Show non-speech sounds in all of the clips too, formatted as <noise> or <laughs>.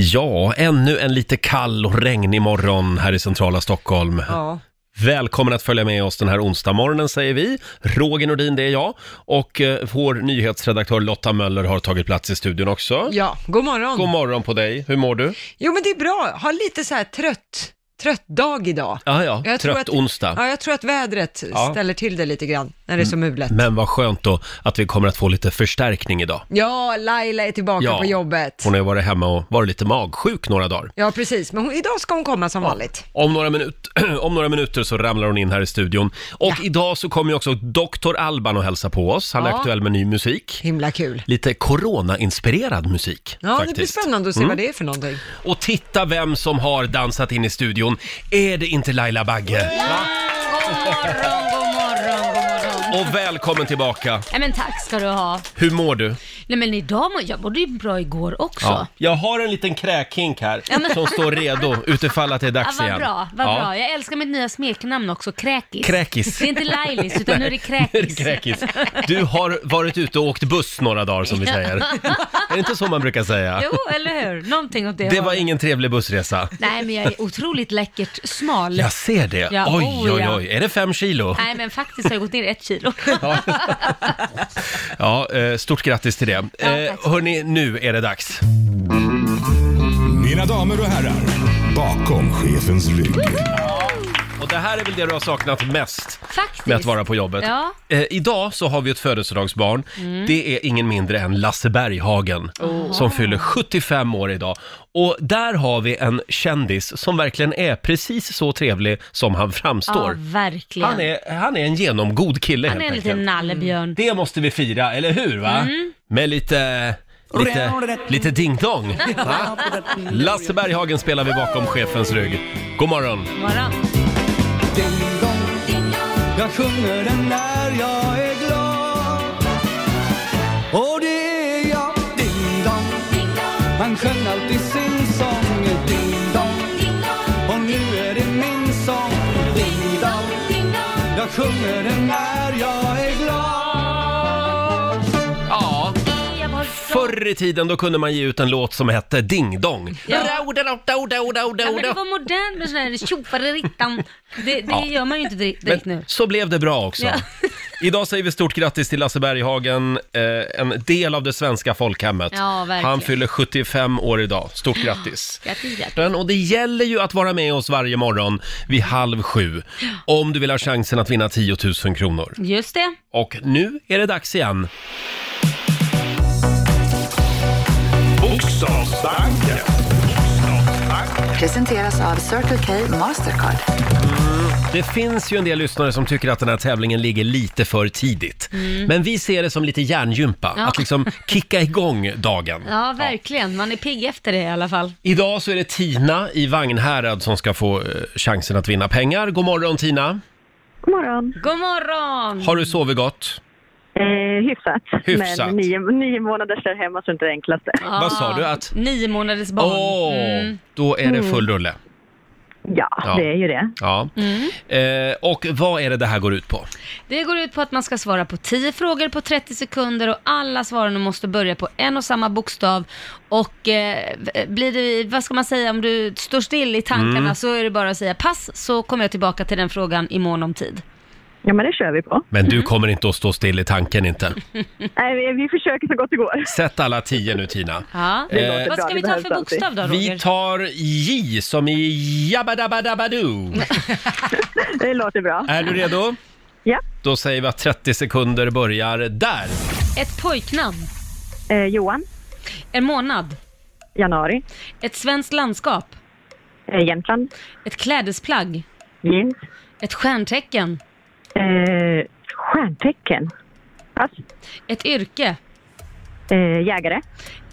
Ja, ännu en lite kall och regnig morgon här i centrala Stockholm. Ja. Välkommen att följa med oss den här onsdagmorgonen säger vi. Roger Nordin, det är jag. Och eh, vår nyhetsredaktör Lotta Möller har tagit plats i studion också. ja, god morgon. God morgon på dig, hur mår du? Jo men det är bra, har lite så här trött, trött dag idag. Ja, ja, Jag tror trött att- onsdag. Ja, jag tror att vädret Ja. Mm. ställer till det lite grann när det är så mulet. Men vad skönt då att vi kommer att få lite förstärkning idag. Ja, Laila är tillbaka Ja. på jobbet. Hon har ju varit hemma och varit lite magsjuk några dagar. Ja, precis. Men hon, idag ska hon komma som vanligt. Om några, minut, <clears throat> om några minuter så ramlar hon in här i studion. Och idag så kommer ju också Dr. Alban och hälsa på oss. Han är Ja. aktuell med ny musik. Himla kul. Lite corona-inspirerad musik Ja, faktiskt. det blir spännande att se Mm. vad det är för någonting. Och titta vem som har dansat in i studion. Är det inte Laila Bagge? God morgon, god morgon. Och välkommen tillbaka. Nej men tack ska du ha. Hur mår du? Nej men idag, må- jag mådde ju bra igår också. Ja. Jag har en liten kräkhink här som står redo utifall att det är dags vad igen. bra, vad Ja. bra. Jag älskar mitt nya smeknamn också, Kräkis. Kräkis. Det är inte Lailis, utan nu är det <laughs> Nu är det Kräkis. Kräkis. Du har varit ute och åkt buss några dagar som vi säger. Är det inte så man brukar säga? Jo, eller hur? Någonting åt det Det var hållet. ingen trevlig bussresa. Nej men jag är otroligt läckert smal. Jag ser det. Ja, Oj, oh, oj, ja. oj. Är det fem kilo? Nej men faktiskt har jag gått ner ett <laughs> kilo. Ja, eh, stort grattis till det. Eh, tack. Hörni, nu är det dags. Mina damer och herrar, bakom chefens rygg. Och det här är väl det du har saknat mest Faktiskt. med att vara på jobbet. Ja. Mm. Eh, idag så har vi ett födelsedagsbarn. Det är ingen mindre än Lasse Berghagen Oh. som fyller 75 år idag. Och där har vi en kändis som verkligen är precis så trevlig som han Ja, framstår. verkligen. han, är, han är en genomgod kille Han är helt en enkelt. liten nallebjörn. Det måste vi fira, eller hur? Va? Mm. Med lite... Lite, lite ding-dong. va? Lasse Berghagen spelar vi bakom chefens rygg. God morgon! Bara. Jag sjunger den när jag är glad Och det är jag, ding dong Man sjöng alltid sin sång, ding dong Och nu är det min sång, ding dong Jag sjunger den när jag är glad Ja, förr i tiden då kunde man ge ut en låt som hette Ding Dong. Ja. Ja, men det Ra-o-da-lo-do-do-do-do-do. var modern med sån här tjofare rittan. Det, det gör man ju inte direkt, direkt Men nu. så blev det bra också. Ja. <laughs> Idag säger vi stort grattis till Lasse Berghagen, eh, en del av det svenska folkhemmet. Ja, verkligen. Han fyller 75 år idag. Stort grattis! Grattis, grattis. Toppen. Och det gäller ju att vara med oss varje morgon vid halv sju om du vill ha chansen att vinna 10 000 kronor. Just det. Och nu är det dags igen. Bokstavsbanken. Presenteras av Circle K Mastercard. Det finns ju en del lyssnare som tycker att den här tävlingen ligger lite för tidigt. Men vi ser det som lite hjärngympa, Mm. Ja. att liksom kicka igång dagen. Ja, verkligen. Man är pigg efter det i alla fall. Idag så är det Tina i Vagnhärad som ska få eh, chansen att vinna pengar. God morgon Tina! God morgon. God morgon! Har du sovit gott? Eh, hyfsat. Hyfsat. Men nio, nio månader där hemma så är inte det enklaste. Vad sa du att... Nio månaders barn. Åh, Mm. då är det full rulle. Ja, Ja. det är ju det. Ja. Mm. Eh, och vad är det det här går ut på? Det går ut på att man ska svara på 10 frågor på 30 sekunder och alla svaren måste börja på en och samma bokstav. Och eh, blir det, vad ska man säga, om du står still i tankarna Mm. så är det bara att säga pass så kommer jag tillbaka till den frågan imorgon om tid. Ja, men det kör vi på. Men Mm. du kommer inte att stå still i tanken inte. Nej, vi, vi försöker så gott det går. Sätt alla tio nu Tina. Ja. Det låter Eh, vad bra, ska det vi ta behövs för alltid. bokstav då Roger? Vi tar J som i jabbadabbadabadoo. Det låter bra. Är du redo? Ja. Då säger vi att 30 sekunder börjar där. Ett pojknamn. Eh, Johan, En månad. januari. Ett svenskt landskap. Eh, Jämtland, Ett klädesplagg. jeans. Ett stjärntecken. Eh, stjärntecken. Pass. Ett yrke. Eh, jägare.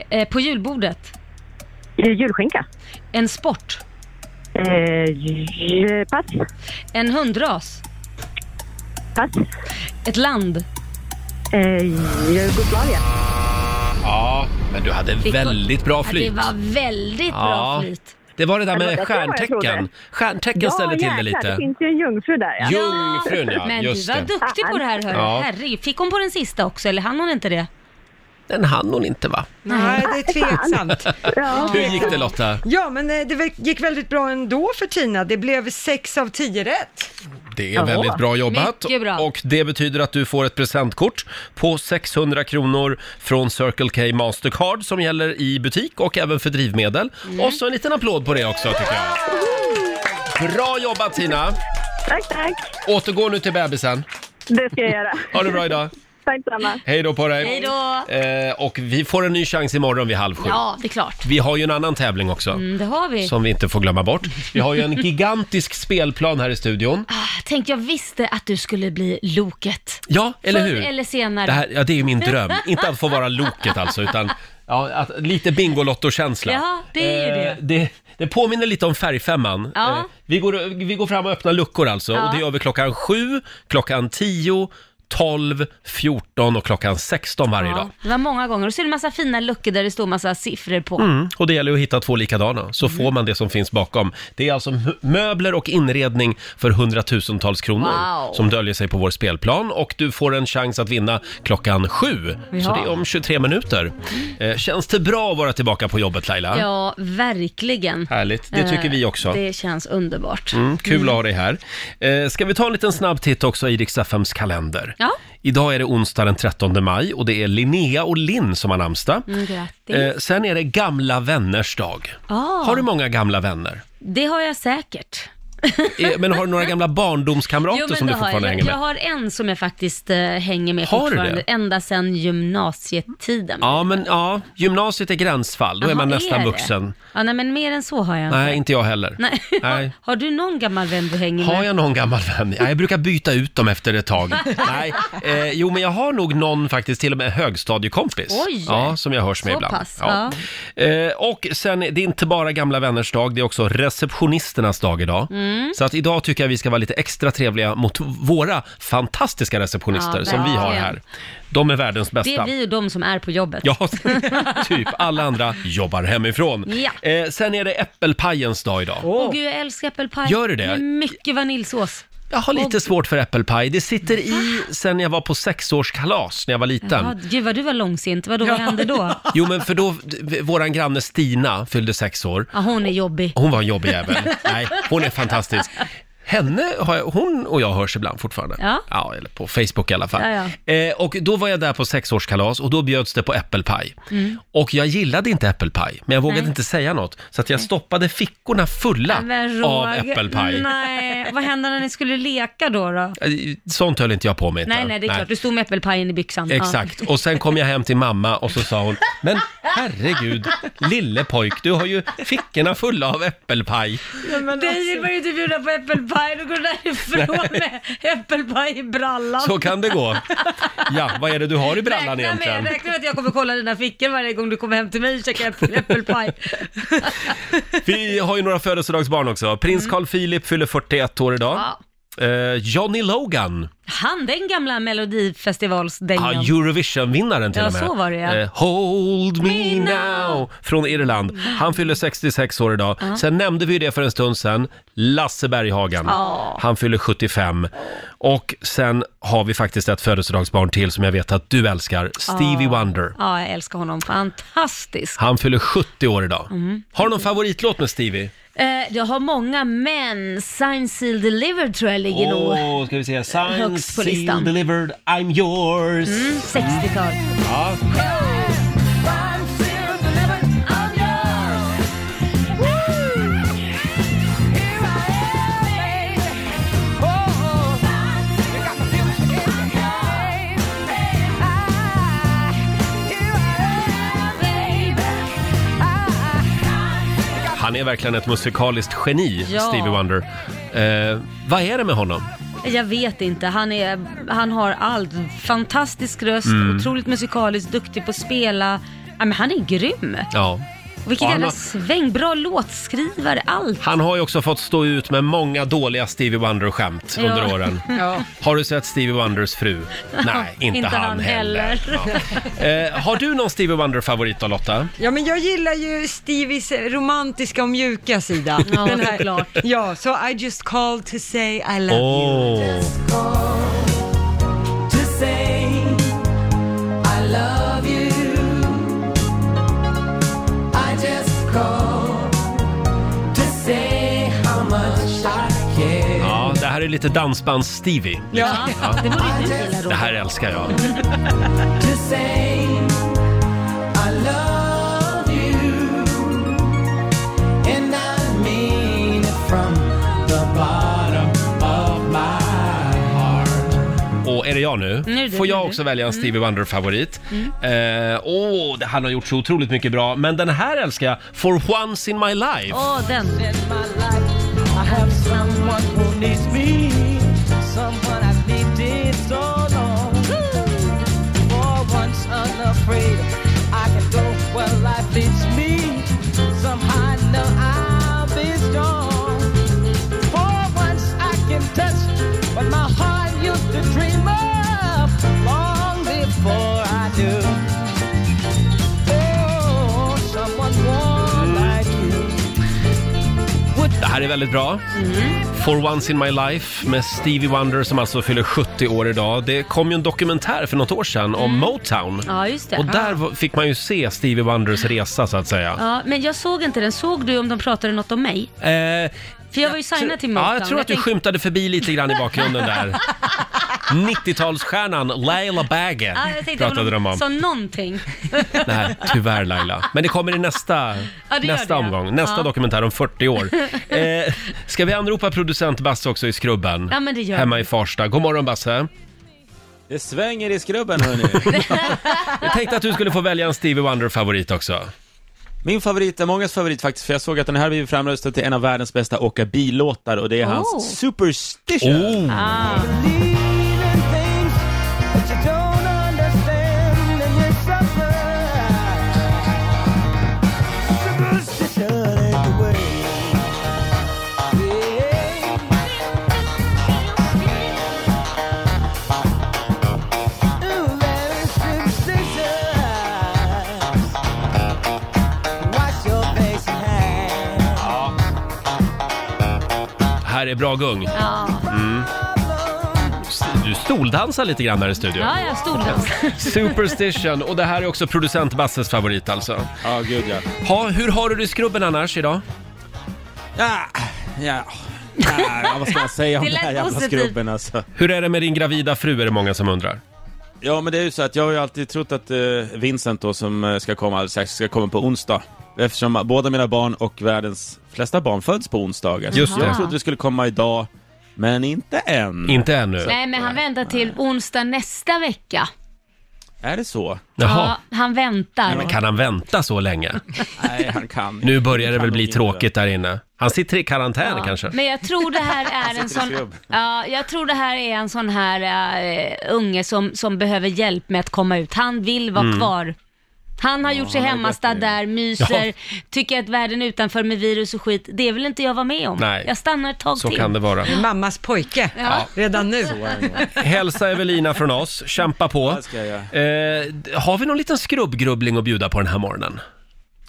Eh, på julbordet. Eh, julskinka. En sport. Eh, j- pass. En hundras. Pass. Ett land. Eh, Jugoslavien. Ja, men du hade väldigt bra Ja, flyt. det var väldigt Ja. bra flyt. Det var det där Det var med därför jag stjärntecken. trodde. Stjärntecken ställde till det det lite. finns ju en jungfru där. Ja. Jungfrun ja, Men du just var det. duktig på det här hörru. Ja. Herregud. Fick hon på den sista också eller hann hon inte det? den hann hon inte va? Nej, det är tveksamt. Ja. Hur gick det Lotta? Ja, men eh, det väl- gick väldigt bra ändå för Tina. Det blev sex av tio rätt. Det är väldigt bra jobbat. Mycket bra. Och det betyder att du får ett presentkort på 600 kronor från Circle K Mastercard som gäller i butik och även för drivmedel. Mm. Och så en liten applåd på det också tycker jag. Bra jobbat Tina! Tack, tack. Återgå nu till bebisen. Det ska jag göra. Ha det bra idag. <laughs> Tack samma. Hej då på dig. Hej då. Eh, och vi får en ny chans imorgon vid halv sju. Ja, det är klart. Vi har ju en annan tävling också. Mm, det har vi. Som vi inte får glömma bort. Vi har <laughs> ju en gigantisk spelplan här i studion. Ah, Tänk, jag visste att du skulle bli loket. Ja, eller Förr hur? eller senare. Det, här, ja, det är ju <laughs> min dröm. Inte att få vara loket alltså, utan ja, att, lite Bingolotto-känsla. Eh, Ja, det är ju det. det. Det påminner lite om Färgfemman. Eh, Ja. vi, går, vi går fram och öppnar luckor alltså. Ja. Och det gör vi klockan sju, klockan tio, 12, 14 och klockan 16 varje dag. Ja, det var många gånger. Och så är det massa fina luckor där det står massa siffror på. Mm, och det gäller att hitta två likadana, Mm. så får man det som finns bakom. Det är alltså mö- möbler och inredning för hundratusentals kronor Wow. som döljer sig på vår spelplan och du får en chans att vinna klockan sju. Så Ja. det är om 23 minuter. Eh, känns det bra att vara tillbaka på jobbet Laila? Ja, verkligen. Härligt, det tycker Eh, vi också. Det känns underbart. Mm, kul att ha dig här. Eh, ska vi ta en liten snabb titt också i Riks-FMs kalender? Ja. Idag är det onsdag den 13 maj och det är Linnea och Linn som har namnsdag. Mm, grattis. Eh, sen är det gamla vänners dag. Ah. Har du många gamla vänner? Det har jag säkert. Eh, Men har du några gamla barndomskamrater som du det har fortfarande jag. Jag hänger med? har en som jag faktiskt eh, hänger med Har du fortfarande, det? ända sedan gymnasietiden. Ja, men ja, gymnasiet är gränsfall. Då är Jaha, man nästan det? vuxen. Ja, nej, men mer än så har jag inte. Nej, inte jag heller. Nej. <laughs> Nej. Har du någon gammal vän du hänger Har med? jag någon gammal vän? Ja, jag brukar byta ut dem efter ett tag. Nej, eh, jo men jag har nog någon faktiskt, till och med högstadiekompis. Oj. Ja, som jag hörs med Så ibland. pass, Eh, och sen, det är inte bara gamla vänners dag, det är också receptionisternas dag idag. Mm. Så att idag tycker jag vi ska vara lite extra trevliga mot våra fantastiska receptionister Ja, som vi har verkligen. här. De är världens bästa. Det är vi och de som är på jobbet. Ja, <laughs> typ. Alla andra jobbar hemifrån. Ja. Eh, sen är det äppelpajens dag idag. Åh gud, jag älskar äppelpaj. Gör du det? Med mycket vaniljsås. Jag har lite svårt för äppelpaj. Det sitter i sen jag var på sexårskalas när jag var liten. Ja, gud vad du var långsint. Vadå, vad hände då? Jo, men för då, d- våran granne Stina fyllde sex år. Ja, hon är jobbig. Hon var en jobbig <laughs> jävel. Nej, hon är fantastisk. Henne har jag, hon och jag hörs ibland fortfarande. Ja. eller på Facebook i alla fall. Ja, Eh, och då var jag där på sexårskalas och då bjöds det på äppelpaj. Och jag gillade inte äppelpaj, men jag vågade Mm. Nej. inte säga något. Så att jag stoppade fickorna fulla Men <laughs> av Roger, äppelpaj. Nej, vad hände när ni skulle leka då? då? Eh, Sånt höll inte jag på med. inte. Nej, nej, det är klart. Du stod med äppelpajen i byxan. Ja. Exakt, och sen kom jag hem till mamma och så sa hon, men herregud, lille pojk, du har ju fickorna fulla av äppelpaj. Dig alltså- vill man ju inte bjuda på äppelpaj, då går du därifrån med äppelpaj i brallan. Så kan det gå. Ja, vad är det du har i brallan räkna egentligen? Med, räkna med att jag kommer kolla dina fickor varje gång du kommer hem till mig och käkar äppel, <laughs> äppelpaj. Vi har ju några födelsedagsbarn också. Prins Carl Philip fyller 41 år idag. Mm. Ja. Eh, Johnny Logan, Han, den gamla melodifestivalsdängan. ah, Eurovision-vinnaren till Ja, och med. så var det, ja. Eh, Hold me now, från Irland. Han fyller 66 år idag. Sen nämnde vi ju det för en stund sen, Lasse Berghagen. Ja. Han fyller 75. Och sen har vi faktiskt ett födelsedagsbarn till som jag vet att du älskar, Stevie Wonder. Ja, jag älskar honom. Fantastisk. Han fyller 70 år idag. Mm. Har du någon favoritlåt med Stevie? Eh, jag har många, men Sign Seal Delivered tror jag ligger nog Åh, ska vi se. <laughs> Signed, Högst på listan. Mm. sealed, delivered, I'm yours. 60-tal. Han är verkligen ett musikaliskt geni, Ja. Stevie Wonder. Eh, vad är det med honom? Jag vet inte, han, är, han har allt. Fantastisk röst, Mm. otroligt musikalisk, duktig på att spela. Ja, men han är grym. Ja. Och Vilken Ja, han jävla har- sväng, bra låtskrivare, allt. Han har ju också fått stå ut med många dåliga Stevie Wonder-skämt <laughs> Ja. under åren. Har du sett Stevie Wonders fru? <laughs> Nej, inte, Inte han, han heller. heller. <laughs> Ja. Eh, har du någon Stevie Wonder-favorit då Lotta? Ja, men jag gillar ju Stevies romantiska och mjuka sida. Ja, såklart. Ja, så I just called to say I love you. Åh, To say I love you Uh-huh. är lite dansbands-Stevie. Ja, det borde ju du gilla Det Roger. här älskar jag. Och är det jag nu? Nu är det Får jag du. Mm. också välja en Stevie Wonder-favorit? Eh, Åh, det- han har gjort så otroligt mycket bra. Men den här älskar jag, For Once In My Life. Åh, den. Det här är väldigt bra. For Once In My Life med Stevie Wonder som alltså fyller 70 år idag. Det kom ju en dokumentär för något år sedan om Motown. Mm. Ja, just det. Och där var- fick man ju se Stevie Wonders resa så att säga. Ja, men jag såg inte den. Såg du om de pratade något om mig? Eh, För jag var ju signad till Motown. ja, jag tror att du tänkte- skymtade förbi lite grann i <laughs> bakgrunden där. 90-talsstjärnan Laila Bagge Ja, jag tänkte pratade att de de om. sa någonting. Nej, tyvärr Laila. Men det kommer i nästa, Ja, det gör nästa det, ja. omgång, nästa Ja. dokumentär om <laughs> 40 år. Eh, ska vi anropa producent Basse också i Skrubben? Ja, men det gör Hemma vi. i Farsta. God morgon Basse. Det svänger i skrubben hörni. Jag tänkte att du skulle få välja en Stevie Wonder-favorit också. Min favorit är mångas favorit faktiskt, för jag såg att den här har blivit framröstad till en av världens bästa åka billåtar och det är Oh. hans Superstition. Oh, Ah. här är bra gung. Mm. Ja, Du stoldansar lite grann här i studion. ja jag <laughs> stod där. Superstition, och det här är också producent Basses favorit alltså. Ja, gud ja. Ha, hur har du det i skrubben annars idag? Ja, ja. Ja, vad ska man säga om Det den lät här jävla positivt. skrubben alltså? Hur är det med din gravida fru är det många som undrar. Ja, men det är ju så att jag har ju alltid trott att eh, Vincent då som eh, ska komma alldeles strax ska komma på onsdag. Eftersom båda mina barn och världens flesta barn föds på onsdagar. Just det. Jag trodde det skulle komma idag, men inte än. Inte ännu. Nej, men han väntar till onsdag nästa vecka. är det så? Jaha. Ja, han väntar. Men kan han vänta så länge? Nej, han kan Nu börjar det väl bli Kan nog inte. tråkigt där inne. Han sitter i karantän kanske. Men jag tror det här är en sitter i sån, skrubb. ja, jag tror det här är en sån här eh, unge som, som behöver hjälp med att komma ut. Han vill vara Mm. kvar. Han har gjort sig han har hemmastad gött det. där, myser, tycker att världen utanför med virus och skit, det vill inte jag vara med om. Nej. Jag stannar ett tag Så till. kan det vara. Mammas pojke, redan nu. Hälsa Evelina från oss, kämpa på. Det ska jag göra. Eh, d- har vi någon liten skrubbgrubbling att bjuda på den här morgonen?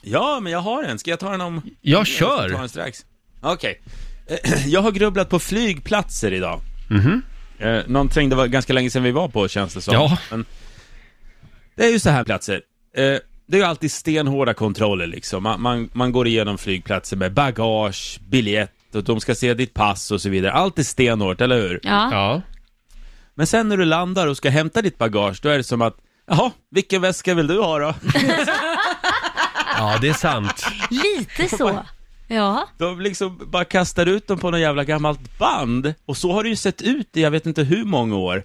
Ja, men jag har en. Ska jag ta den om... Jag Jag ska ta kör! den strax. Okej. <clears throat> Eh, Jag har grubblat på flygplatser idag. mm Någonting det var ganska länge sedan vi var på, känns det som. Mhm. Ja. Men det är ju så här platser. Eh, Det är ju alltid stenhårda kontroller liksom. Man, man, man går igenom flygplatser med bagage, biljett och de ska se ditt pass och så vidare. Allt är stenhårt, eller hur? Ja. Ja. Men sen när du landar och ska hämta ditt bagage, då är det som att Jaha, vilken väska vill du ha då? ja, det är sant. <laughs> Lite så. Ja, De liksom bara kastar ut dem på något jävla gammalt band. Och så har det ju sett ut i jag vet inte hur många år.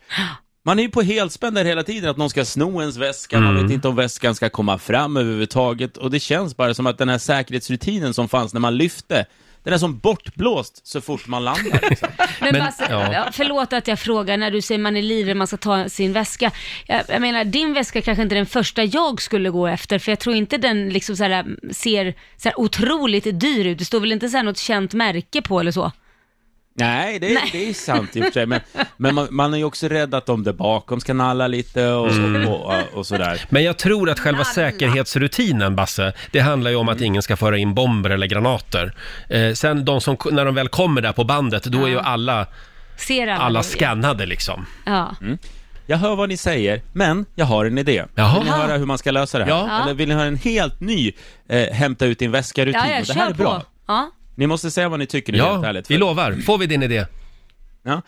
Man är ju på helspänn där hela tiden, att någon ska sno ens väska, man vet inte om väskan ska komma fram överhuvudtaget. Och det känns bara som att den här säkerhetsrutinen som fanns när man lyfte, den är som bortblåst så fort man landar. Liksom. men, Men- Basse, ja. ja. förlåt att jag frågar när du säger man är livrädd, man ska ta sin väska. Jag, jag menar, din väska kanske inte är den första jag skulle gå efter, för jag tror inte den liksom så här, ser så här otroligt dyr ut. Det står väl inte så här något känt märke på eller så? <laughs> Nej, det, är det är sant i och för sig, men, men man, man är ju också rädd att de där bakom ska nalla lite och, och, och, och sådär. Men jag tror att själva säkerhetsrutinen, Basse, det handlar ju om att ingen ska föra in bomber eller granater. Eh, sen de som, när de väl kommer där på bandet, då är ju alla, Ser alla? alla det? skannade liksom. Ja. Jag hör vad ni säger, men jag har en idé. Jaha. Vill ni höra hur man ska lösa det här? Ja. Eller vill ni ha en helt ny eh, hämta ut din väska-rutin? ja, Och jag det här kör är bra. på. Ja. Ni måste säga vad ni tycker nu helt Ja, ärligt. för- vi lovar. Får vi din idé? Nej, Ja.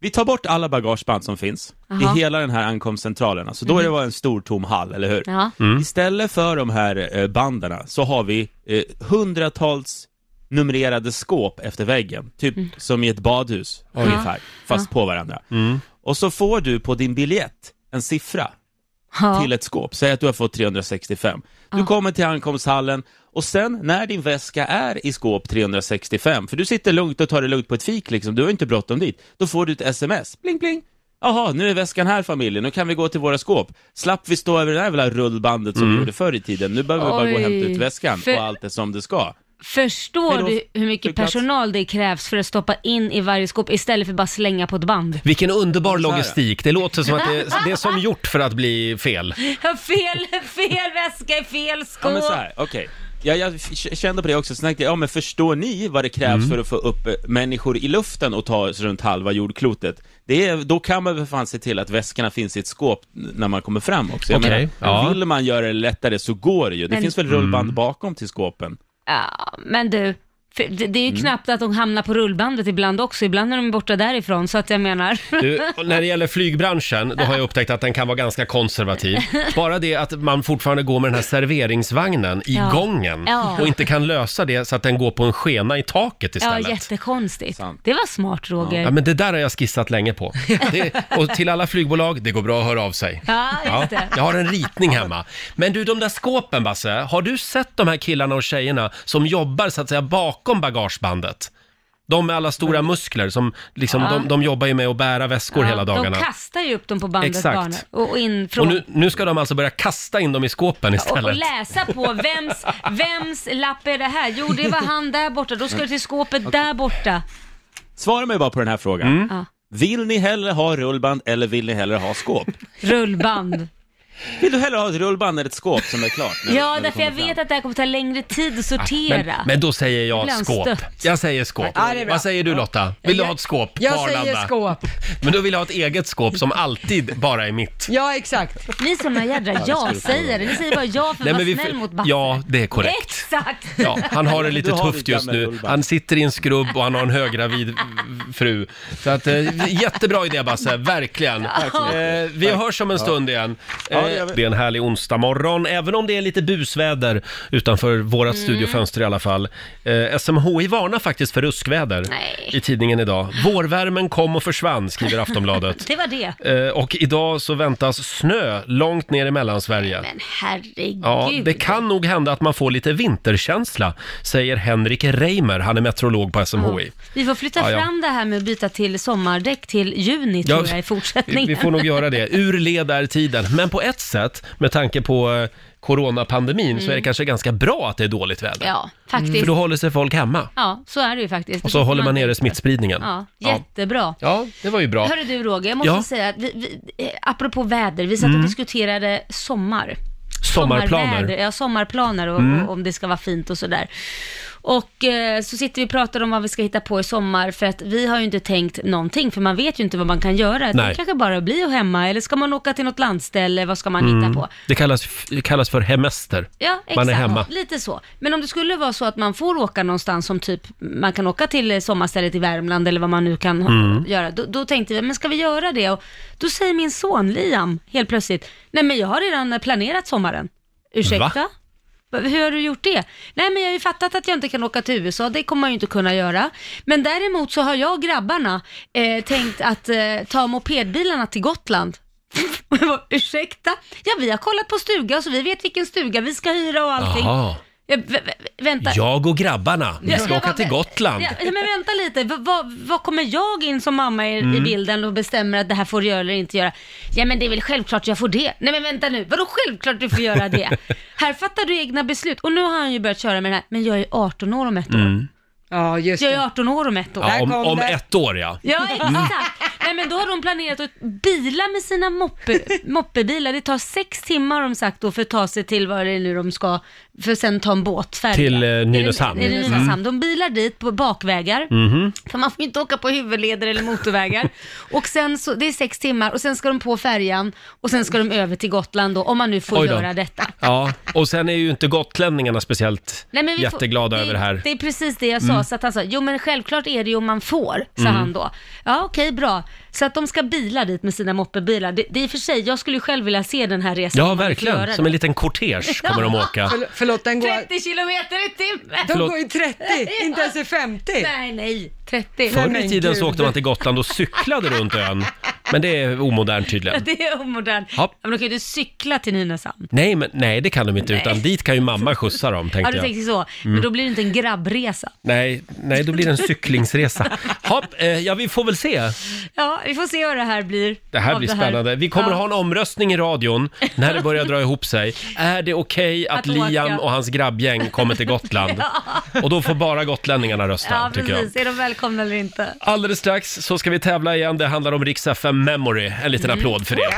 Vi tar bort alla bagageband som finns Jaha. i hela den här ankomstcentralen. Alltså, då är det bara en stor tom hall, eller hur? Mhm. Ja. Mm. Istället för de här eh, bandarna så har vi eh, hundratals numrerade skåp efter väggen. Typ Mm. som i ett badhus ungefär, fast på varandra. Mm. Och så får du på din biljett en siffra Ja. till ett skåp. Säg att du har fått 365. Du kommer till ankomsthallen och sen när din väska är i skåp 365, för du sitter lugnt och tar det lugnt på ett fik liksom, du har inte bråttom dit, då får du ett sms. Bling bling! Jaha, nu är väskan här familjen, nu kan vi gå till våra skåp. Slapp vi stå över det där jävla rullbandet som vi gjorde förr i tiden, nu behöver vi bara gå och Mm. Oj. hämta ut väskan För- och allt är som det ska. Förstår Hej då, du hur mycket flygplats. personal det krävs för att stoppa in i varje skåp istället för bara slänga på ett <laughs> band? Vilken underbar Så här. logistik. Det låter som att det, det är som gjort för att bli fel. Ja, Fel, fel väska i fel Ja skåp. men så här, okej. Ja, jag f- k- kände på det också, sen tänkte jag, ja men förstår ni vad det krävs Mm. för att få upp eh, människor i luften och ta sig runt halva jordklotet? Det är, då kan man väl fan se till att väskorna finns i ett skåp n- när man kommer fram också. Jag Okej, menar, ja. Mm. Vill man göra det lättare så går det ju. Det Men- finns väl rullband bakom till skåpen? Ja, men du, för det, det är ju Mm. knappt att de hamnar på rullbandet ibland också. Ibland är de borta därifrån, så att jag menar. <laughs> Du, och när det gäller flygbranschen, då har jag upptäckt att den kan vara ganska konservativ. Bara det att man fortfarande går med den här serveringsvagnen i Ja. gången Ja. och inte kan lösa det så att den går på en skena i taket Ja, istället. jättekonstigt. Sant. Det var smart, Roger. Ja, Ja, men det där har jag skissat länge på. Det, och till alla flygbolag, det går bra att höra av sig. just det. jag har en ritning hemma. Men du, de där skåpen Basse, har du sett de här killarna och tjejerna som jobbar så att säga bakom bagagebandet? De med alla stora muskler som liksom, de, de jobbar ju med att bära väskor Mm. Ja, hela dagarna. De kastar ju upp dem på bandet Exakt. bara, och, och in från... Och nu, nu ska de alltså börja kasta in dem i skåpen och, och istället. läsa på vems, vems lapp är det här? Jo, det var han där borta. Då ska du till skåpet där borta. Svara mig bara på den här frågan. Mm. Ja. Vill ni hellre ha rullband eller vill ni hellre ha <laughs> skåp? Rullband. Vill du hellre ha ett rullband eller ett skåp som är klart? när- när Ja, du därför kommer jag fram? vet att det här kommer ta längre tid att Ah, men, sortera. men då säger jag Ibland skåp. stött. Jag säger skåp. Ja, det är bra. Vad säger du Lotta? Vill du Jag- ha ett skåp på Jag Arlanda? säger skåp. Men då vill jag ha ett eget skåp som alltid bara <laughs> är mitt. Ja, exakt. Ni såna jädra ja-sägare. Ni säger bara ja för att vara vi- snäll mot Basse. Ja, det är korrekt. Exakt! Ja, han har det Men lite du har tufft ditt just gamla nu. rullband. Han sitter i en skrubb och han har en höggravid fru. Så att, eh, jättebra idé Basse, verkligen. Eh, vi hörs om en stund igen. Eh, det gör vi. det är en härlig onsdag morgon, även om det är lite busväder utanför våra studiofönster i alla fall. Eh, SMHI varnar faktiskt för ruskväder Nej. i tidningen idag. Vårvärmen kom och försvann, <laughs> skriver Aftonbladet. Det var det. Eh, och idag så väntas snö långt ner i Mellansverige. Men herregud. Ja, det kan nog hända att man får lite vinterkänsla, säger Henrik Reimer. Han är meteorolog på SMHI. Vi får flytta Ja, ja. fram det här med att byta till sommardäck till juni Ja, tror jag i Vi, fortsättningen. vi får nog göra det. Ur led är tiden. Men på ett sätt, med tanke på eh, coronapandemin, så är det kanske ganska bra att det är dåligt väder. Mm. Ja, faktiskt. Mm, För då håller sig folk hemma Ja, så är det ju faktiskt. och så håller man nere smittspridningen. Ja, ja. jättebra. Ja, det var ju bra. Hörru du Roger, jag måste Ja. Mm. säga att vi, vi, eh, apropå väder, vi satt och diskuterade sommar. Sommarplaner. Mm. Sommarväder, ja, sommarplaner och, och om det ska vara fint och sådär. Och eh, så sitter vi och pratar om vad vi ska hitta på i sommar för att vi har ju inte tänkt någonting för man vet ju inte vad man kan göra. Nej. Det kanske bara blir hemma eller ska man åka till något landställe, vad ska man hitta på? Det kallas, det kallas för hemester. Ja, exakt. Man är hemma. Lite så. Men om det skulle vara så att man får åka någonstans som typ, man kan åka till eh, sommarstället i Värmland eller vad man nu kan ha- Mm. göra, då, då tänkte vi, men ska vi göra det? Och då säger min son Liam helt plötsligt, nej men jag har redan planerat sommaren. Ursäkta? Va? Hur har du gjort det? Nej men jag har ju fattat att jag inte kan åka till USA, det kommer man ju inte kunna göra. Men däremot så har jag och grabbarna eh, tänkt att eh, ta mopedbilarna till Gotland. <laughs> Och jag bara, Ursäkta? Ja vi har kollat på stuga så vi vet vilken stuga vi ska hyra och allting. Jaha. Ja, vä- vä- vänta. Jag och grabbarna, vi Ja, ska ja, åka vad- Mm. till Gotland. Ja, ja, men vänta lite, vad va, vad kommer jag in som mamma i, Mm. i bilden och bestämmer att det här får du göra eller inte göra? Ja men det är väl självklart jag får det. Nej men vänta nu, vadå självklart du får göra <laughs> det? här fattar du egna beslut och nu har han ju börjat köra med den här, men jag är 18 år om ett år. Ja, just Jag är det. 18 år om ett år. Mm. Ja, om, kom om det. ett år ja. Ja, exakt. Nej men då har de planerat att bila med sina moppe, moppebilar. Det tar sex timmar har de sagt då för att ta sig till var det är nu de ska, för sen ta en båt färja. Till, eh, Är det- Nynäshamn. Mm. Mhm. Är det Nynäshamn. De bilar dit på bakvägar, för man får inte åka på huvudleder eller motorvägar. och sen så, det är sex timmar och sen ska de på färjan och sen ska de över till Gotland då, om man nu får Oj då. göra detta. Ja, och sen är ju inte gotlänningarna speciellt Nej, men vi jätteglada får, över det här. Mm. Det är precis det jag sa, så att han sa, jo men självklart är det ju om man får, sa han då. Ja okej, bra. Så att de ska bila dit med sina moppebilar. Det, det är i och för sig, jag skulle ju själv vilja se den här resan. Ja, om man fick verkligen. göra Som det. en liten kortege <laughs> kommer de åka. Förl- Förlåt, den går, 30 kilometer i timmen! de förlåt. går ju 30, inte ens i 50. Nej, nej, 30. Förr i men tiden så gud. åkte man till Gotland och cyklade runt ön. Men det är omodernt tydligen. Det är omodernt. Ja. Ja. Men de kan ju inte cykla till Nynäshamn. Nej, men, nej, det kan de inte, utan dit kan ju mamma skjutsa dem, Ja, tänkte du jag. tänker så. Mm. Men då blir det inte en grabbresa. Nej, nej, då blir det en cyklingsresa. Hopp, eh, ja, vi får väl se. Ja, vi får se vad det här blir. Det här av blir spännande. Vi kommer Ja. att ha en omröstning i radion när det börjar dra ihop sig. Är det okej att, Att åka. Liam och hans grabbgäng kommer <laughs> till Gotland? Och då får bara gotlänningarna rösta, Ja, tycker jag. precis. Är de välkomna eller inte? Alldeles strax så ska vi tävla igen. Det handlar om Rix FM Memory. En Mm. liten applåd för det.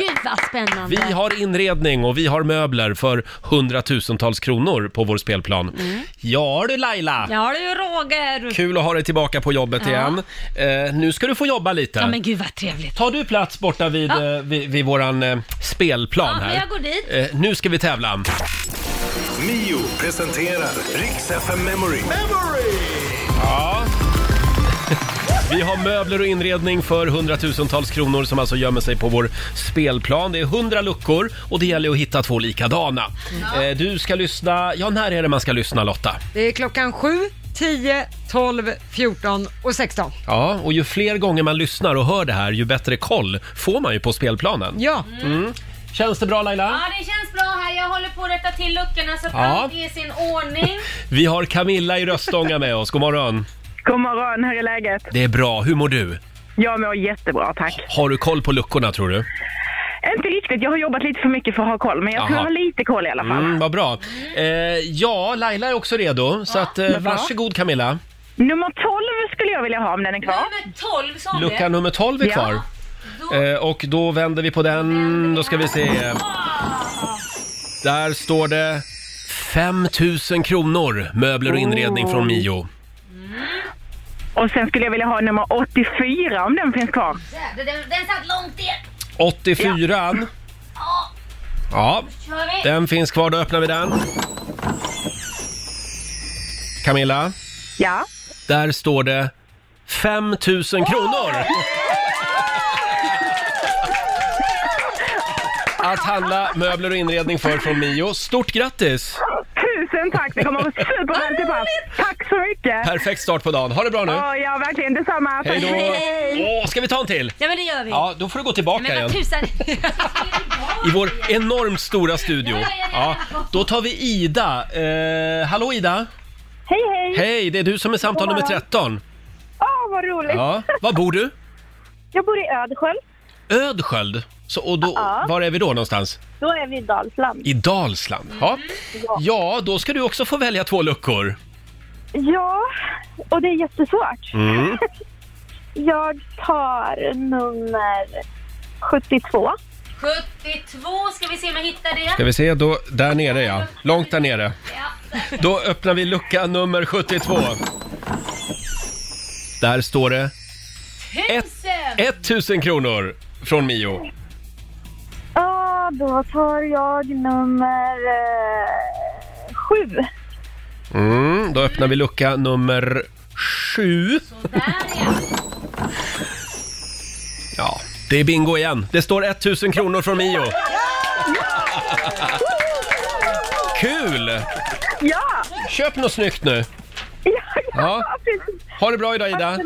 Gud vad spännande. Eh, Vi har inredning och vi har möbler för hundratusentals kronor på vår spelplan. Ja du Laila! Mm. Ja du Roger! Kul att ha dig tillbaka på jobbet Ja. igen. Eh, nu ska du få jobba lite. Ja men gud vad trevligt. Tar du plats borta vid, Ja. eh, vid, vid våran eh, spelplan Ja, här? men jag går dit. Eh, nu ska vi tävla. Mio presenterar Riks FM Memory. Vi har möbler och inredning för hundratusentals kronor som alltså gömmer sig på vår spelplan. Det är hundra luckor och det gäller att hitta två likadana. Eh, du ska lyssna, ja när är det man ska lyssna Lotta? Det är klockan 7, 10, 12, 14 och 16. Ja, och ju fler gånger man lyssnar och hör det här, ju bättre koll får man ju på spelplanen. Ja, Mm. Känns det bra Laila? Ja det känns bra här. Jag håller på att rätta till luckorna så att Ja. allt är i sin <laughs> ordning. Vi har Camilla i Röstånga med oss, god morgon. God morgon, hur är läget? Det är bra, hur mår du? Jag mår jättebra, tack. Har du koll på luckorna tror du? Inte riktigt, jag har jobbat lite för mycket för att ha koll, men jag tror Aha. jag har lite koll i alla fall. Mm, vad bra. Eh, ja, Laila är också redo, så att, eh, bra. varsågod Camilla. Nummer 12 skulle jag vilja ha om den är kvar. Nummer 12 sa du. Lucka nummer 12 är Ja. kvar. Eh, och då vänder vi på den. Då ska vi se. Där står det 5 000 kronor möbler och inredning från Mio. Och sen skulle jag vilja ha nummer 84 om den finns kvar. Jävlar, Den, den satt långt ner. 84an. Ja, Kör vi. den finns kvar. Då öppnar vi den. Camilla, Ja. där står det 5 000 kronor! Att handla möbler och inredning för från Mio. Stort grattis! Tusen tack, det kommer superväl till pass. Tack så mycket. Perfekt start på dagen. Ha det bra nu! Ja, ja verkligen detsamma. Tack. Hej då! Hej. Åh, ska vi ta en till? Ja men det gör vi. Ja, då får du gå tillbaka Men igen. vad <laughs> tusan. I vår enormt stora studio. Ja, ja, Ja, ja. då tar vi Ida. Eh, hallå Ida! Hej, hej. Hej, det är du som är samtal nummer 13. Åh, vad roligt. Ja. Var bor du? Jag bor i Ödsköld. Ödsköld. Så, och då, Ja. Var är vi då någonstans? Då är vi i Dalsland. I Dalsland. Ja. ja, då ska du också få välja två luckor. Ja, och det är jättesvårt. Mm. <laughs> Jag tar nummer 72. 72 ska vi se om jag hittar det. Ska vi se, då, där nere ja. Långt där nere. Ja. Då öppnar vi lucka nummer 72. Där står det Tusen. 1000 kronor från Mio. Ja, då tar jag nummer eh, sju. Mm, då öppnar vi lucka nummer sju. Där ja. Ja, det är bingo igen. Det står 1000 kronor från Mio. Kul! Ja, Köp något snyggt nu. ja, Ja. ja. precis. Ha det bra idag Ida.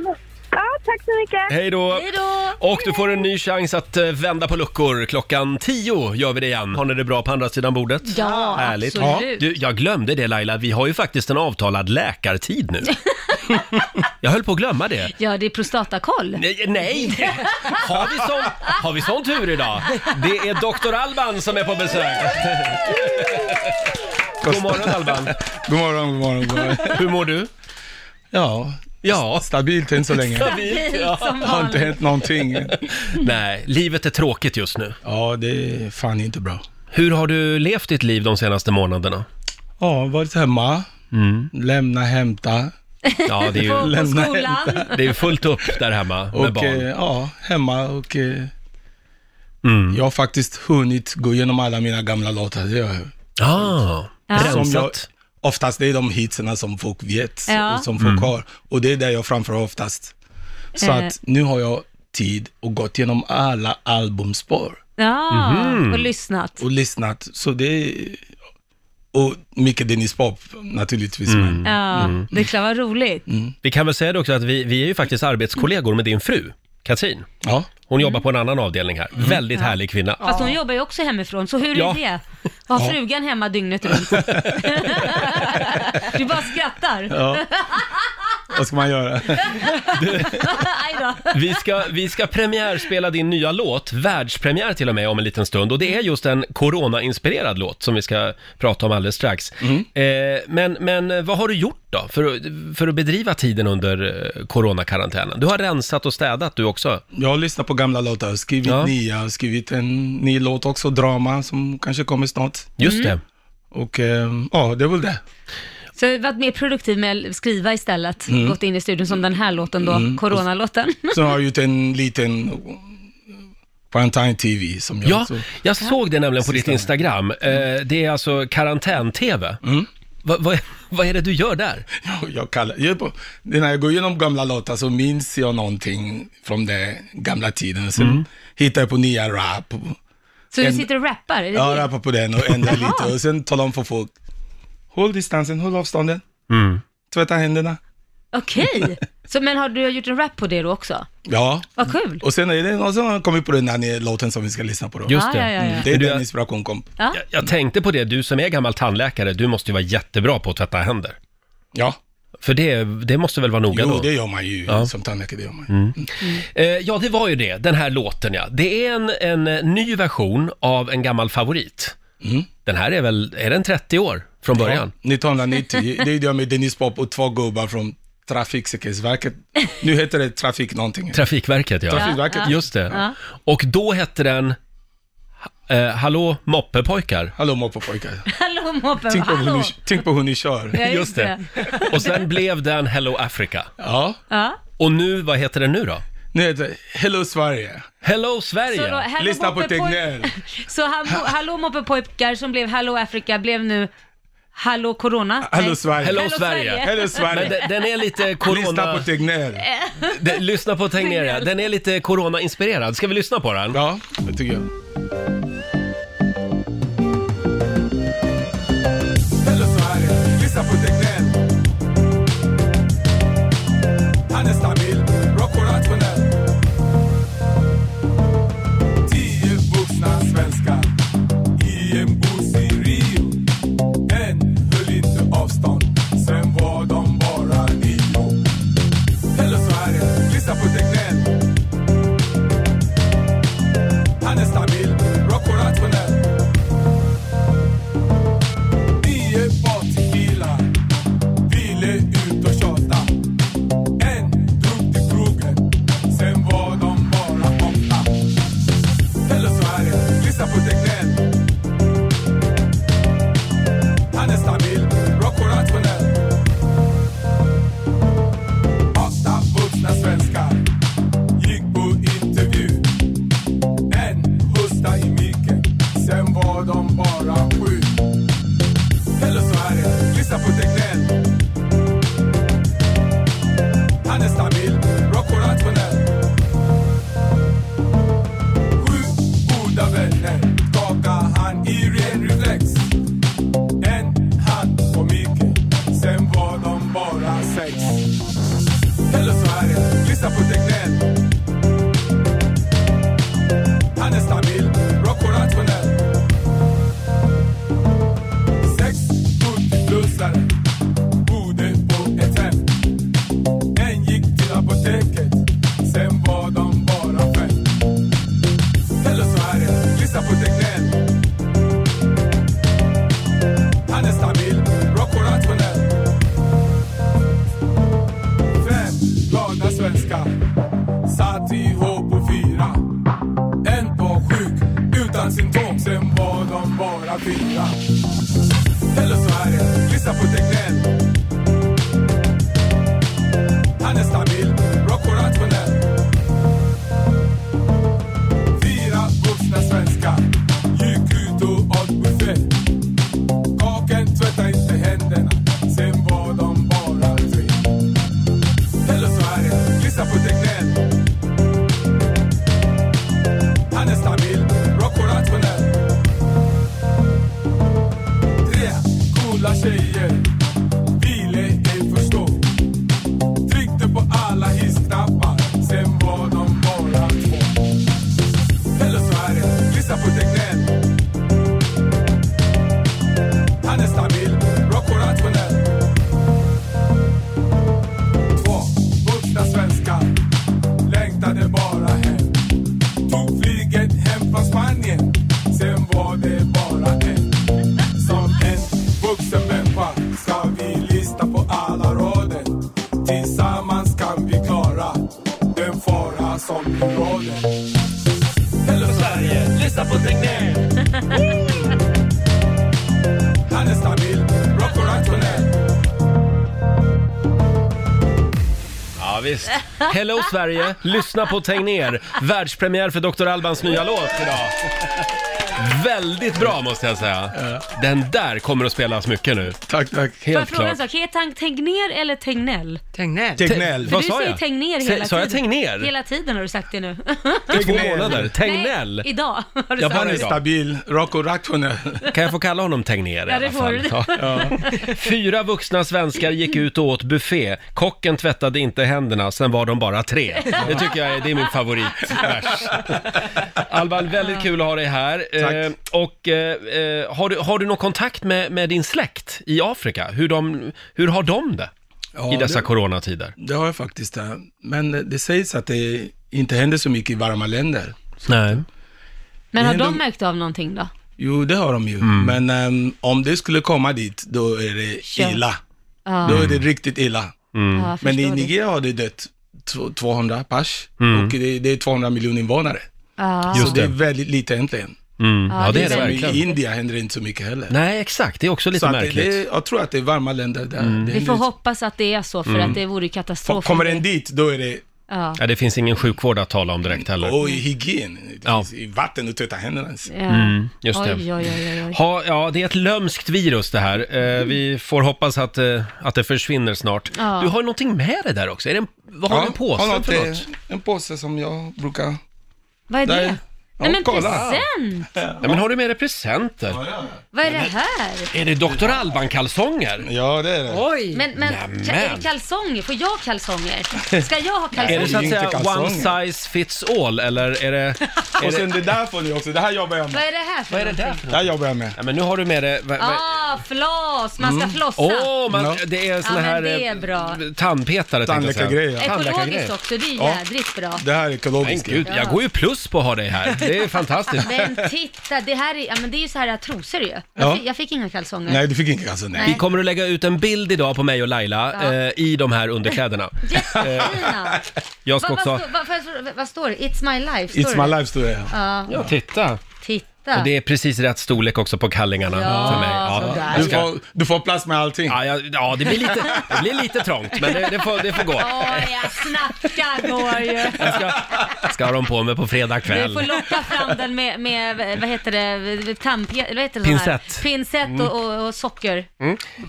Ja, tack så mycket. Hej då! Hej då. Och du får en ny chans att eh, vända på luckor. Klockan 10 gör vi det igen. Har ni det bra på andra sidan bordet? Ja, Härligt. absolut. Du, jag glömde det Laila, vi har ju faktiskt en avtalad läkartid nu. jag höll på att glömma det. Ja, det är prostatakoll. Nej, nej. Har, vi sån, har vi sån tur idag? Det är doktor Alban som är på besök. God morgon Alban, <laughs> God morgon, god morgon, god morgon. hur mår du? Ja, Ja, Stabilt än så <laughs> länge. stabilt. Fint Ja. som Det har inte vanligt. hänt någonting. Nej, livet är tråkigt just nu. Ja, det är fan inte bra. Hur har du levt ditt liv de senaste <laughs> månaderna? Ja, varit hemma, lämna, hämta Ja, det är På, ju, på Lämna skolan. <laughs> det är ju fullt upp där hemma med och eh, barn. ja, hemma och eh, Mm. jag har faktiskt hunnit gå igenom alla mina gamla låtar. Det har jag. Ah, Som jag, rensat. oftast det är de hitsen som folk vet Ja. och som folk har. Och det är där jag framför oftast. Så Eh. att nu har jag tid och gått igenom alla albumspår Ja, Mhm. och lyssnat. och lyssnat. Så det är, och mycket Dennis Pop naturligtvis. Mm. Men, Ja, det är klart vad roligt. Vi kan väl säga det också att vi, vi är ju faktiskt arbetskollegor med din fru, Katrin. ja. Hon jobbar på en annan avdelning här. Mm. Väldigt härlig kvinna. Fast hon jobbar ju också hemifrån, så hur Ja. är det? Har frugan hemma dygnet runt? du bara skrattar. Vad ska man göra? <laughs> Aj då. Vi ska, vi ska premiärspela din nya låt, världspremiär till och med om en liten stund. Och det är just en corona-inspirerad låt som vi ska prata om alldeles strax. Mm. Eh, men, men eh, vad har du gjort då för, att- för att bedriva tiden under eh, coronakarantänen? Du har rensat och städat du också. Jag har lyssnat på gamla låtar, skrivit Ja. nya, skrivit en ny låt också, Drama, som kanske kommer snart. Just det. Och ehm, ja, det är väl det. Så jag har varit mer produktiv med att skriva istället. Gått in i studion som den här låten då, coronalåten. <laughs> Sen har jag gjort en liten eh, Quarantine TV som jag Ja, också... <laughs> jag såg det nämligen på ditt Instagram. Eh, Mm. det är alltså karantän-tv. Va, va, vad är det du gör där? Jag, jag kallar, jag, är på- det är när jag går igenom gamla låtar så minns jag någonting från den gamla tiden. Sen Mm. hittar jag på nya rap. Så du En- sitter och rappar? Är det Jag det? rappar på den och ändrar lite och sen talar om för folk. Håll distansen, håll avstånden, Mm. tvätta händerna. Okej. Så, men har du gjort en rap på det då också? Ja, Vad kul. och sen, är det, och sen har jag kommit på den här låten som vi ska lyssna på då. Mm. Just det. Ja, ja, ja, ja. Det är Men du- den inspiration kom. Ja. Jag, jag tänkte på det, du som är gammal tandläkare, du måste ju vara jättebra på att tvätta händer. Ja, För det, det måste väl vara noga jo då? det gör man ju Ja. som tandläkare. Det gör man. Eh, ja, det var ju det, den här låten ja. Det är en, en eh, ny version av en gammal favorit. Den här är väl, är den 30 år från början? Mm. Ja, 1990, det är det med Dennis Pop och två gubbar från Trafiksäkerhetsverket. Nu heter det Trafik någonting. Trafikverket ja. Trafikverket. Just det. Och då hette den eh, Hallå moppepojkar. Hallå moppepojkar. Hallå moppen, Tänk, på hur hallå. ni- tänk på hur ni kör. Ja, Just det. <laughs> Och sen blev den Hello Africa. Ja, Ja. Och nu, vad heter den nu då? nu heter det Hello Sverige. Hello Så då, Sverige! Hello Lyssna på Moppe Poj- Tegnell. Så han, Hallå moppepojkar som blev Hallå Afrika blev nu Hallå Corona? Hello Nej. Sverige. Hello Hello, Sverige! Men Sverige. den, den är lite corona... Lyssna på Tegnell. Den- Lyssna på Tegnér, ja. den är lite corona-inspirerad. Ska vi lyssna på den? Ja, det tycker jag. Hello Sverige, lyssna på Tegnell. Han är stabil, rock och rationell. Tio vuxna svenskar i en buss i Rio. En höll inte avstånd, sen var de bara nio. Hello Sverige, lyssna på Tegnell. Han är stabil, rock och rationell. Vi är partykilar, ville ut och tjata. En drog till krogen, sen var de bara åtta. Hello Sverige, lyssna på Tegnell. Han är stabil, rock och rationell. Åtta vuxna svenskar gick på intervju. En hosta i micken, sen var de bara sju. Hello Sverige, lyssna på Tegnell. Han är stabil, rock och rationell. Sju goda vänner skakar han i ren reflex. En hand på micken, sen var de bara sex. Hello Sverige, lyssna på Tegnell. Han är stabil, rock och rationell. Sex eh? 70-plussare bodde på ett hem. En gick till apoteket, sen var de bara fem. Hello Sverige, lyssna på Tegnell. Han är stabil, rock och rationell. eh? fyra. Eller så är det, lyssna på Tegnell. Han är stabil, rock och rationell. Fyra vuxna svenskar gick ut och åt buffé. Kaken tvätta inte händerna, sen var de bara tre. Eller så är det, lyssna på Tegnell. Han är stabil, rock och rationell. Tre coola tjejer ville ej förstå Tryckte på alla hissknappar Sen var de bara två Eller så är det, lyssna på Tegnell Han är stabil, rock och rationell Två vuxna svenskar längtade bara hem Tog flyget hem från Spanien Sen var det bara en som en vuxen människa ska vi lista på alla råden. Tillsammans kan vi klara den fara som nu råder. Hello Sverige, lyssna på Tegnér. Han är stabil, rock och rationell. Ja, visst. Hello Sverige, lyssna på Tegnér. Världspremiär för Dr. Albans nya låt idag. Väldigt bra måste jag säga. Den där kommer att spelas mycket nu. Tack, tack. Får jag Helt fråga klart. en sak? Heter han Tegner eller Tegnell? Tegnell. Tegnell. För Vad du sa säger jag? Tegner Sa- hela sa jag tiden. Tegner? Hela tiden har du sagt <laughs> det nu. I två månader. Nej, Tegnell. idag har du sagt Jag bara- Han är idag. stabil, rak och rationell. Kan jag få kalla honom Tegnér i Ja, det alla får du. fall? <laughs> Ja. Fyra vuxna svenskar gick ut och åt buffé. Kocken tvättade inte händerna, sen var de bara tre. Det tycker jag är, det är min favoritvers. Alban, väldigt kul att ha dig här. Tack. Eh, och eh, eh, har, du, har du någon kontakt med, med din släkt i Afrika? Hur, de, hur har de det Ja, i dessa det, coronatider? det har jag faktiskt. eh, Men det sägs att det inte händer så mycket i varma länder. Nej. Men har Det är de ändå- märkt av någonting då? Jo, det har de ju. Mm. Men ehm, om det skulle komma dit, då är det Kör. illa. Ja, Då är det riktigt illa. Mm. ja, jag Men i förstår det. Nigeria har det dött tw- 200 pers och det, det är 200 miljoner invånare. Ja. så Mm. Just det är det. väldigt lite egentligen. Mm. Ja, Ja, det det är det är Men I verkligen. Indien händer det inte så mycket heller. Nej, exakt. Det är också så lite att det, märkligt. Mm. det, jag tror att det är varma länder där. Det Vi händer får inte- hoppas att det är så, för att det vore ju katastrof. Kommer den dit, då är det Ja. Ja, det finns ingen sjukvård att tala om direkt heller. och i hygien, Ja. ja. i vatten och tvätta händerna. Ja. Mm, Just Oj, det. oj, oj, oj, oj. Ha, ja, det är ett lömskt virus det här. Eh, vi får hoppas att, eh, att det försvinner snart. Mm. Ja. Du har ju någonting med dig där också. Är det en, vad har du en påse har något, för eh, något? En påse som jag brukar... Vad är det? Där. Ja, Nej men kolla. present! Nej, men har du med dig presenter? Vad är det här? Är det Dr. Alban-kalsonger? Ja, det är det. Oj! Men, men, Nämen. ka- är det kalsonger? Får jag kalsonger? Ska jag ha <laughs> Är det kalsonger? så att inte säga one kalsonger. size fits all, eller <laughs> är det... Är Och det sen det där får ni också, det här jobbar jag Vad med. är det här för vad är det där någonting? för Det något? här jobbar jag med. Ja, men nu har du med dig... vad- vad- Ah, flas! Man ska flossa. Mm. Åh, man, Ja. det är såna Ja, men här det är eh, bra. tandpetare tänkte jag säga. Tandläkargrejer, ja. Ekologiskt Tandläkargrejer. också, det är Ja. jädrigt bra. Det här är Men ekologiskt. gud, jag går ju plus på att ha dig här. Det <laughs> är fantastiskt. Men titta, det här är, ja, men det är ju så här trosor ju. Jag, Ja. fick, jag fick inga kalsonger. Nej, du fick inte alltså, nej. Vi kommer att lägga ut en bild idag på mig och Laila Ja. eh, i de här underkläderna. Jättefina! <laughs> Jag ska vad, också... vad, stå- vad, vad, vad står det? It's my life, står It's my det? life står det. Ja, Ja, titta. titta. Och det är precis rätt storlek också på kallingarna Ja, för mig. sådär. jag Du ska, får, du får plats med allting. ja, jag, ja det, blir lite, det blir lite trångt, men det, det, får, det får gå. Oj, jag snackar går ju. Jag ska, ska ha dem på mig på fredag Du får kväll. locka fram den med, med vad heter det, tandpet, vad heter det sån Pinsett. Här? Pinsett Mm. och, och, och socker.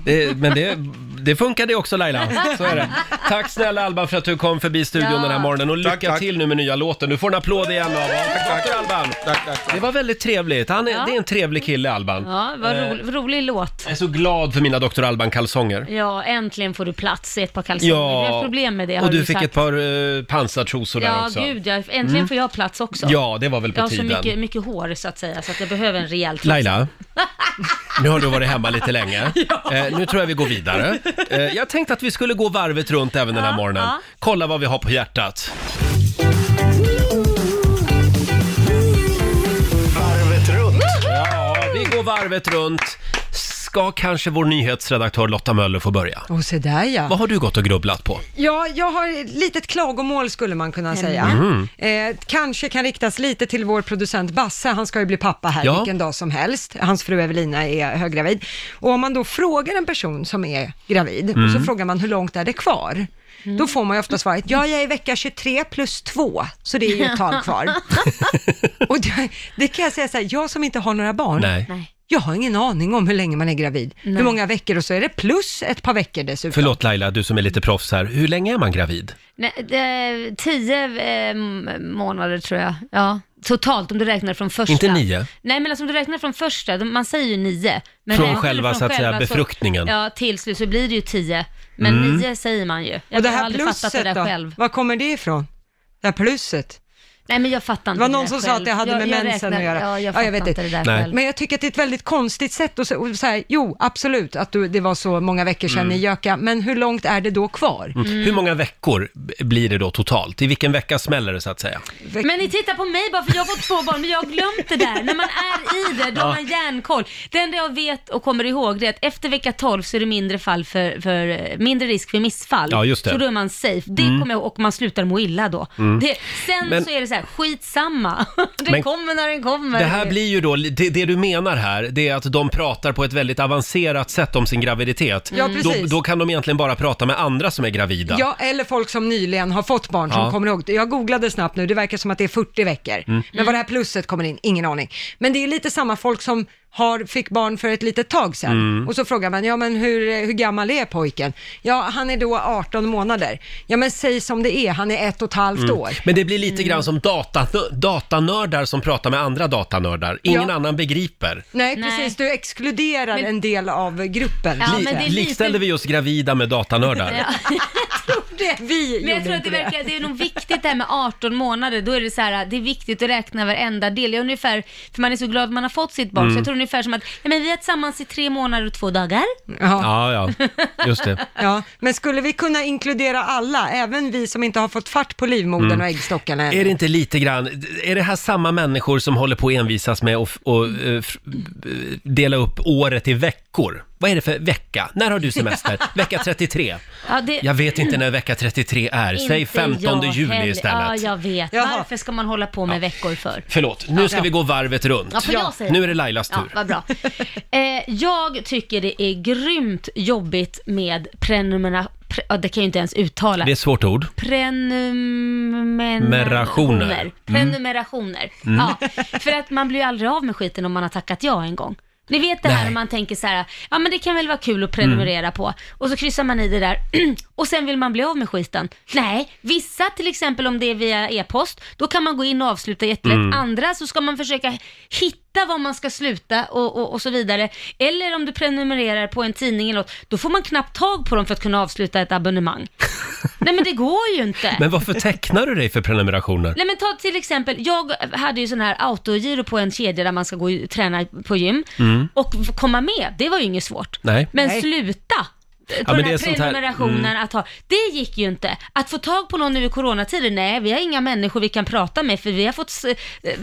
Det, men det, det funkar det också Laila, så är det. Tack snälla Alban för att du kom förbi studion Ja. den här morgonen och lycka Tack, tack. till nu med nya låten. Du får en applåd igen av oss. tack. Tack Alban! Tack, tack, tack. Det var väldigt trevligt. Han är, Det är en trevlig kille Alban. Ja, vad Eh. ro, rolig låt. Jag är så glad för mina Dr. Alban-kalsonger. Ja, äntligen får du plats i ett par kalsonger. Ja. Vi har problem med det har Och du ju fick sagt. ett par eh, pansartrosor där Ja, också. Mm. gud ja. Äntligen får jag plats också. Ja, det var väl Jag på har så tiden. mycket, mycket hår så att säga, så att jag behöver en rejäl trosa. <laughs> Laila, nu har du varit hemma lite länge. Eh, nu tror jag vi går vidare. Eh, jag tänkte att vi skulle gå varvet runt även den här Ja, morgonen. ja. Kolla vad vi har på hjärtat. Varvet runt. Ja, vi går varvet runt. S- ska kanske vår nyhetsredaktör Lotta Möller få börja. Och se där ja. Vad har du gått och grubblat på? Ja, jag har ett litet klagomål skulle man kunna säga. Mm. Eh, kanske kan riktas lite till vår producent Basse, han ska ju bli pappa här Ja. vilken dag som helst. Hans fru Evelina är höggravid. Och om man då frågar en person som är gravid, och Mm. så frågar man hur långt är det kvar? Då får man ju ofta svaret, ja jag är i vecka 23 plus 2, så det är ju ett <laughs> tag kvar. och det, det kan jag säga så här, jag som inte har några barn, Nej. Nej. jag har ingen aning om hur länge man är gravid, hur många veckor och så är det plus ett par veckor dessutom. Förlåt Laila, du som är lite proffs här. Hur länge är man gravid? Nej, det, tio eh, månader tror jag. Ja, totalt om du räknar från första. Inte nio? Mm. Nej, men alltså, om du räknar från första, de- man säger ju nio. Men Från räknar du själva, så att säga, själva, så- befruktningen. Mm. ja, till slut så blir det ju tio. Men nio säger man ju. Jag Och det har här aldrig fattat det plusset där då? själv. Var kommer det ifrån? Det här plusset? Nej, men jag fattar inte var det någon där som sa själv. att det hade jag, med jag mensen räknar- att göra. Ja, jag Ja, fattar jag vet inte det inte. där Nej. själv. Men jag tycker att det är ett väldigt konstigt sätt att sä- att säga, jo absolut att du, det var så många veckor sedan i Göka, men hur långt är det då kvar? Mm. Hur många veckor b- blir det då totalt? I vilken vecka smäller det så att säga? Veck- Men ni tittar på mig bara för jag har fått två barn, men jag har glömt det där. När man är i det, då har man järnkoll. Det enda jag vet och kommer ihåg det är att efter vecka 12 så är det mindre, fall för, för, eh, mindre risk för missfall. Ja, just det. Mm. Så då är man safe. Det kommer jag ihåg, och man slutar må illa då. Det, sen Men- så är det så här, skitsamma. <laughs> Det Men- kommer när den kommer. Det här blir ju då, li- det, det du menar här, det är att de pratar på ett väldigt avancerat sätt om sin graviditet. Ja, Då, precis. då kan de egentligen bara prata med andra som är gravida. Ja, eller folk som nyligen har fått barn som Ja. kommer ihåg. Jag googlade snabbt nu, det verkar som att det är 40 veckor. Men var det här plusset kommer in, ingen aning. Men det är lite samma folk som har, fick barn för ett litet tag sedan. Och så frågar man, ja men hur, hur gammal är pojken? Ja, han är då 18 månader. Ja men säg som det är, han är ett och ett halvt år. Men det blir lite Mm. grann som data, datanördar som pratar med andra datanördar. Ingen Ja. annan begriper. Nej, Nej. precis. Du exkluderar Men- en del av gruppen. Ja, lite. men det är lite- Likställde vi just gravida <laughs> med datanördar? <laughs> det vi Men jag tror att det, verkar, det är nog viktigt det här med 18 månader, då är det så här, det är viktigt att räkna varenda del. Jag är ungefär, för man är så glad att man har fått sitt Mm. barn, så jag tror ungefär som att, ja men vi är tillsammans i tre månader och två dagar. Ja, Ja, ja, just det. ja. Men skulle vi kunna inkludera alla, även vi som inte har fått fart på livmodern och äggstockarna än? Mm. Är det inte lite grann, är det här samma människor som håller på att envisas med att f- och, eh, f- dela upp året i veckor? Vad är det för vecka? När <laughs> har du semester? Vecka 33? Ja, det, Jag vet inte när vecka 33 är, säg Inte 15 jag juli heller. Ja, istället. jag vet. Jaha. Varför ska man hålla på med veckor för? Förlåt, nu ska vi gå varvet runt. Ja, för jag säger- Nu är det Lailas Ja, tur. vad <laughs> bra. Eh, jag tycker det är grymt jobbigt med prenumeration. Pre, ja, det kan jag ju inte ens uttala. Det är ett svårt ord. Merationer. Prenumerationer. Prenumerationer. Ja, för att man blir ju aldrig av med skiten om man har tackat ja en gång. Ni vet det här Nej. när man tänker så här, ja men det kan väl vara kul att prenumerera på. Och så kryssar man i det där <clears throat> och sen vill man bli av med skiten. Nej, vissa till exempel om det är via e-post, då kan man gå in och avsluta jättelätt. Andra så ska man försöka hitta var man ska sluta och, och, och så vidare. Eller om du prenumererar på en tidning eller något, då får man knappt tag på dem för att kunna avsluta ett abonnemang. Nej men det går ju inte. Men varför tecknar du dig för prenumerationer? Nej men ta till exempel, jag hade ju sån här autogiro på en kedja där man ska gå och träna på gym och f- komma med, det var ju inget svårt. Mm. Nej. Men Nej. sluta! På men den det är här sånt här- mm. prenumerationen att ha, det gick ju inte. Att få tag på någon nu i coronatider, nej vi har inga människor vi kan prata med för vi har fått s- eh,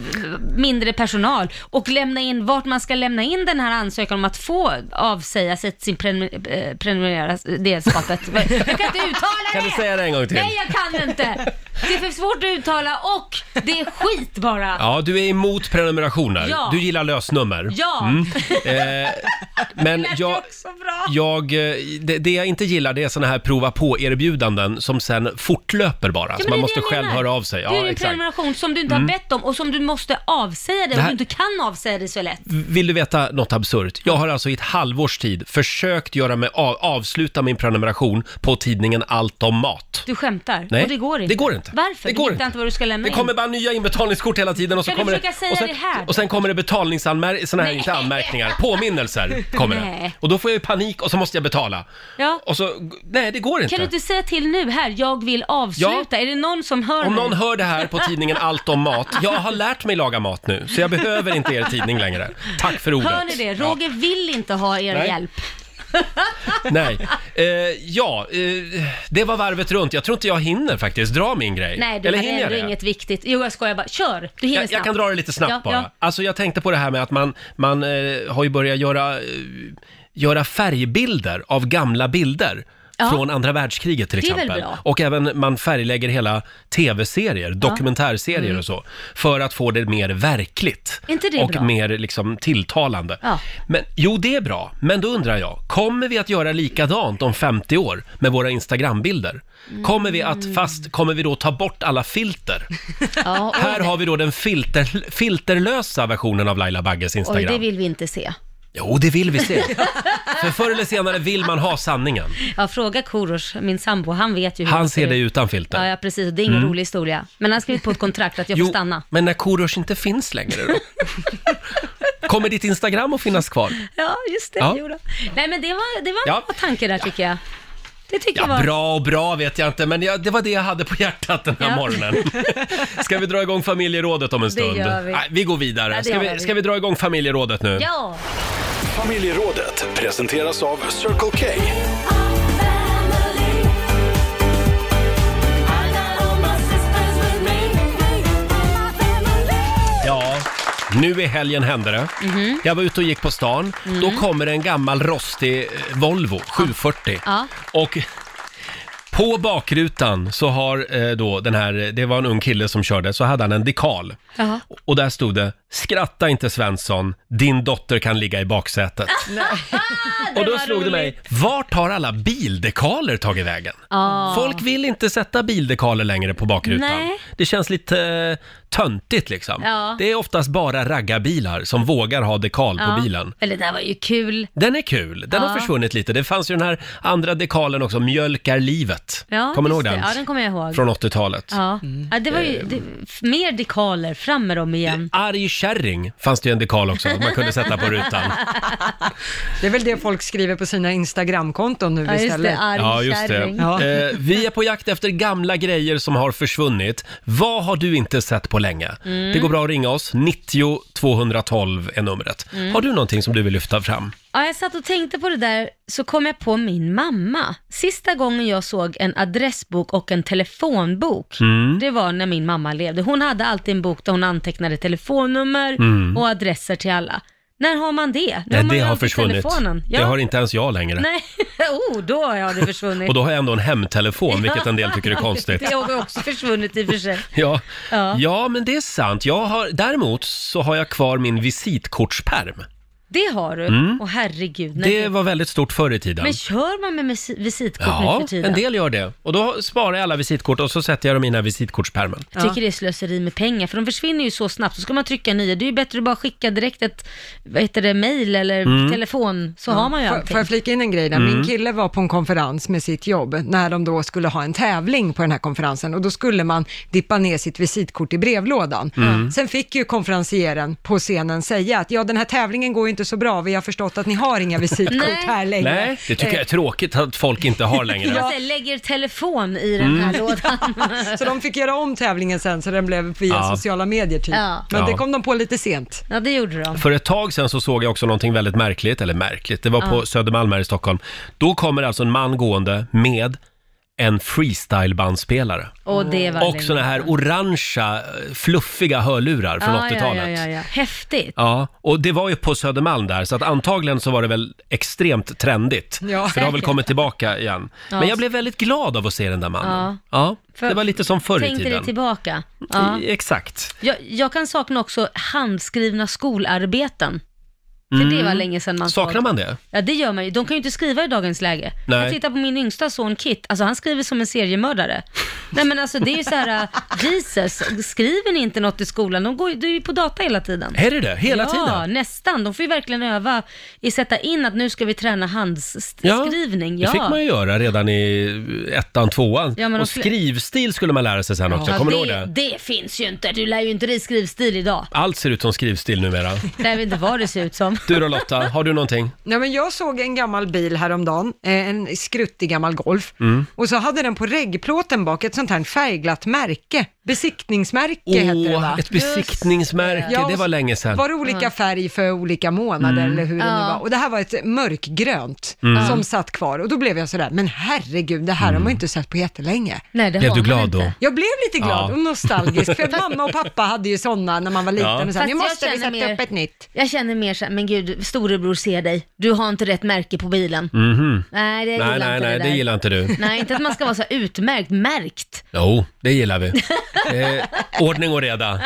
mindre personal. Och lämna in, vart man ska lämna in den här ansökan om att få avsäga sig sin prenum- eh, prenumerera <laughs> delskapet. Jag kan inte uttala Kan du det! säga det en gång till? Nej, jag kan inte. Det är för svårt att uttala och det är skit bara. Ja. Ja, alltså, du är emot prenumerationer. Ja. Du gillar lösnummer. <laughs> Eh, men jag, jag, eh, det, det jag inte gillar det är såna här prova på-erbjudanden som sen fortlöper bara. Ja, men så det man är måste det jag själv menar. höra av sig. det är Ja, ju en exakt. Mm. prenumeration som du inte har bett om och som du måste avsäga dig Det om här- Mm. du inte kan avsäga dig så lätt. Vill du veta något absurt? Jag har alltså i ett halvårs tid försökt göra mig av, avsluta min prenumeration på tidningen Allt om mat. Du skämtar. Nej, och det går inte. Det går inte. Varför? Det går du hittar inte vad du ska lämna Det kommer bara nya inbetalningskort hela tiden och så Ska du kommer försöka säga och sen, det här då? Och sen kommer det betalningsanmärkningar, såna här Nej. inte anmärkningar, påminnelser kommer det. Nej. Och då får jag ju panik och så måste jag betala. in. Ja. Och så, nej det går inte. Kan du inte säga till nu här, jag vill avsluta. Är det någon som hör Om mig? någon hör det här på <laughs> tidningen Allt om mat, jag har lärt mig laga mat nu, så jag behöver inte er tidning längre. Tack för ordet. hör ni det? Roger vill inte ha er Nej. hjälp. Ja, nej. Eh, ja, eh, det var varvet runt. Jag tror inte jag hinner faktiskt dra min grej. Nej, du Eller har hinner jag ändå det? inget viktigt. Jo, jag skojar bara. Kör! Du hinner Jag, jag snabbt. kan dra det lite snabbt Ja, bara. ja. Alltså jag tänkte på det här med att man, man eh, har ju börjat göra eh, göra färgbilder av gamla bilder. Ja. Från andra världskriget till Det är väl exempel. bra. Och även man färglägger hela tv-serier, dokumentärserier och så. För att få det mer verkligt. Mm. Är inte det och bra? mer liksom tilltalande. Ja. Men, jo, det är bra. Men då undrar jag, kommer vi att göra likadant om 50 år med våra Instagram-bilder? Mm. Kommer vi att, fast kommer vi då ta bort alla filter? Ja, oj, Här har vi då den filter, filterlösa versionen av Laila Bagges oj, Instagram. det vill vi inte se. Jo, det vill vi se. För förr eller senare vill man ha sanningen. Ja, fråga Korosh, min sambo, han vet ju hur Han det ser dig Mm. ut. utan Ja, filter. ja, precis. Det är ingen rolig historia. Men han har skrivit på ett kontrakt att jag får stanna. men när Korosh inte finns längre då? Kommer ditt Instagram att finnas kvar? Ja, just det. Ja. Jo då. Nej, men det var, det var en Ja. bra tanke där tycker jag. Det tycker jag Ja, var. bra och bra vet jag inte, men jag, det var det jag hade på hjärtat den här Ja. morgonen. Ska vi dra igång familjerådet om en stund? gör vi. Nej, vi går vidare. det Ska gör vi, vi. ska vi dra igång familjerådet nu? Ja, Familjerådet presenteras av Circle K. Ja, nu i helgen hände det. Mhm. Jag var ute och gick på stan. Då kommer en gammal rostig eh, Volvo 740. Ja. Och på bakrutan så har eh, då den här, det var en ung kille som körde, så hade han en dekal. Jaha. Och där stod det, skratta inte Svensson, din dotter kan ligga <laughs> i baksätet. och då var slog det mig, vart har alla bildekaler tagit vägen? Ja. Folk vill inte sätta bildekaler längre på bakrutan. Nej. Det känns lite eh, töntigt liksom. Ja. Det är oftast bara raggarbilar som vågar ha dekal ja. på bilen. Eller det där var ju kul. Den är kul, den har Ja. försvunnit lite. Det fanns ju den här andra dekalen också, Mjölkar livet. Ja, kommer ni ihåg just den? det. Ja, den kommer jag ihåg. Från 80-talet. Ja. ja, det var ju det, f- mer dekaler, fram med dem igen. Arg kärring fanns det ju en dekal också man kunde <laughs> sätta på rutan. Det är väl det folk skriver på sina Instagramkonton nu Ja, just istället. det, arg Ja, just det. kärring. Ja. Eh, vi är på jakt efter gamla grejer som har försvunnit. Vad har du inte sett på länge? Mm. Det går bra att ringa oss. 90 212 är numret. Mm. Har du någonting som du vill lyfta fram? Ja, jag satt och tänkte på det där, så kom jag på min mamma. Sista gången jag såg en adressbok och en telefonbok, Mm. det var när min mamma levde. Hon hade alltid en bok där hon antecknade telefonnummer och adresser till alla. När har man det? Nu Mm. Nej, man det ju har alltid försvunnit. Telefonen. Ja. Det har inte ens jag längre. Nej, <laughs> oh, då har det försvunnit. Och då har jag ändå <laughs> en hemtelefon, vilket en del tycker är konstigt. Det har också försvunnit i och för sig. Ja. Ja. ja, men det är sant. Jag har, däremot så har jag kvar min visitkortspärm. Det har du. Och herregud. nej. Mm. Det var väldigt stort förr i tiden. Men kör man med visi- visitkort nu Ja, för tiden? en del gör det. Och då sparar jag alla visitkort och så sätter jag dem i den här visitkortspärmen. Jag tycker det är slöseri med pengar, för de försvinner ju så snabbt. Så ska man trycka nya. Det är ju bättre att bara skicka direkt ett, vad heter det, mail eller Mm. telefon, så har man ju Får, allting. får jag flika in en grej där? Min kille var på en konferens med sitt jobb när de då skulle ha en tävling på den här konferensen och då skulle man dippa ner sitt visitkort i brevlådan. Mm. Sen fick ju konferencieren på scenen säga att ja, den här tävlingen går ju inte så bra, vi har förstått att ni har inga visitkort Nej. Eh. här <laughs> längre. Nej, det tycker jag är tråkigt att folk inte <laughs> har längre. Alltså, Jag säger, lägger telefon i den Mm. här <laughs> lådan. Så de fick göra om tävlingen sen så den blev via Ja. sociala medier typ. Ja. Men Ja. det kom de på lite sent. Ja, det gjorde de. För ett tag sedan så såg jag också någonting väldigt märkligt, eller märkligt, det var på Södermalm här i Stockholm. Då kommer alltså en man gående med en freestylebandspelare. Och det var Och såna här orangea, eh, fluffiga hörlurar från 80-talet. Ah, Ja, ja, ja, ja. Häftigt. Ja, och det var ju på Södermalm där, så att antagligen så var det väl extremt trendigt. Ja. så det har väl Säkert. kommit tillbaka igen. Men jag blev väldigt glad av att se den där mannen. Ja, det var lite som förr i Tänk dig tiden. Mm. tillbaka. Ja. I- Exakt. Jag, jag kan sakna också handskrivna skolarbeten. För det var länge sedan man Mm. Saknar såg. man det? Ja, det gör man ju. De kan ju inte skriva i dagens läge. Nej. Jag tittar på min yngsta son Kit, alltså han skriver som en seriemördare. Nej men alltså det är ju så här, <laughs> äh, Jesus, skriver ni inte något i skolan? De går ju, du är ju på data hela tiden. Är det det? Hela ja, tiden? nästan. De får ju verkligen öva i sätta in att nu ska vi träna handskrivning. det fick man ju göra redan i ettan, tvåan. Ja, men och de fl- skrivstil skulle man lära sig sen också, kommer du ihåg det, det? det finns ju inte. Du lär ju inte dig skrivstil idag. Allt ser ut som skrivstil numera. Nej, Jag vet inte vad det ser ut som. Du då Lotta, har du någonting? Nej, men jag såg en gammal bil häromdagen, eh, en Mm. skruttig gammal Golf, och så hade den på reggplåten bak ett sånt här färgglatt märke besiktningsmärke heter det va? Åh, ett besiktningsmärke, Ja, och det var länge sedan. Mm. Var det olika färg för olika månader eller hur det nu Mm. Ja. var? Och det här var ett mörkgrönt som satt kvar och då blev jag sådär, men herregud, det Mm. här har man ju inte sett på jättelänge. Nej, det <laughs> Blev har du man glad inte. då? Jag blev lite glad Ja. och <laughs> nostalgisk, för mamma och pappa hade ju sådana när man var liten. Ja. Och så här, nu Fast jag måste vi sätta känner mer- upp ett nytt. Jag känner mer såhär, men gud, storebror ser dig. Du har inte rätt märke på bilen. Nej, det gillar Mhm. Nej, nej, inte nej, det, det där. gillar <laughs> inte du. Nej, inte att man ska vara så här utmärkt, märkt. Jo, det gillar vi. Eh, ordning och reda.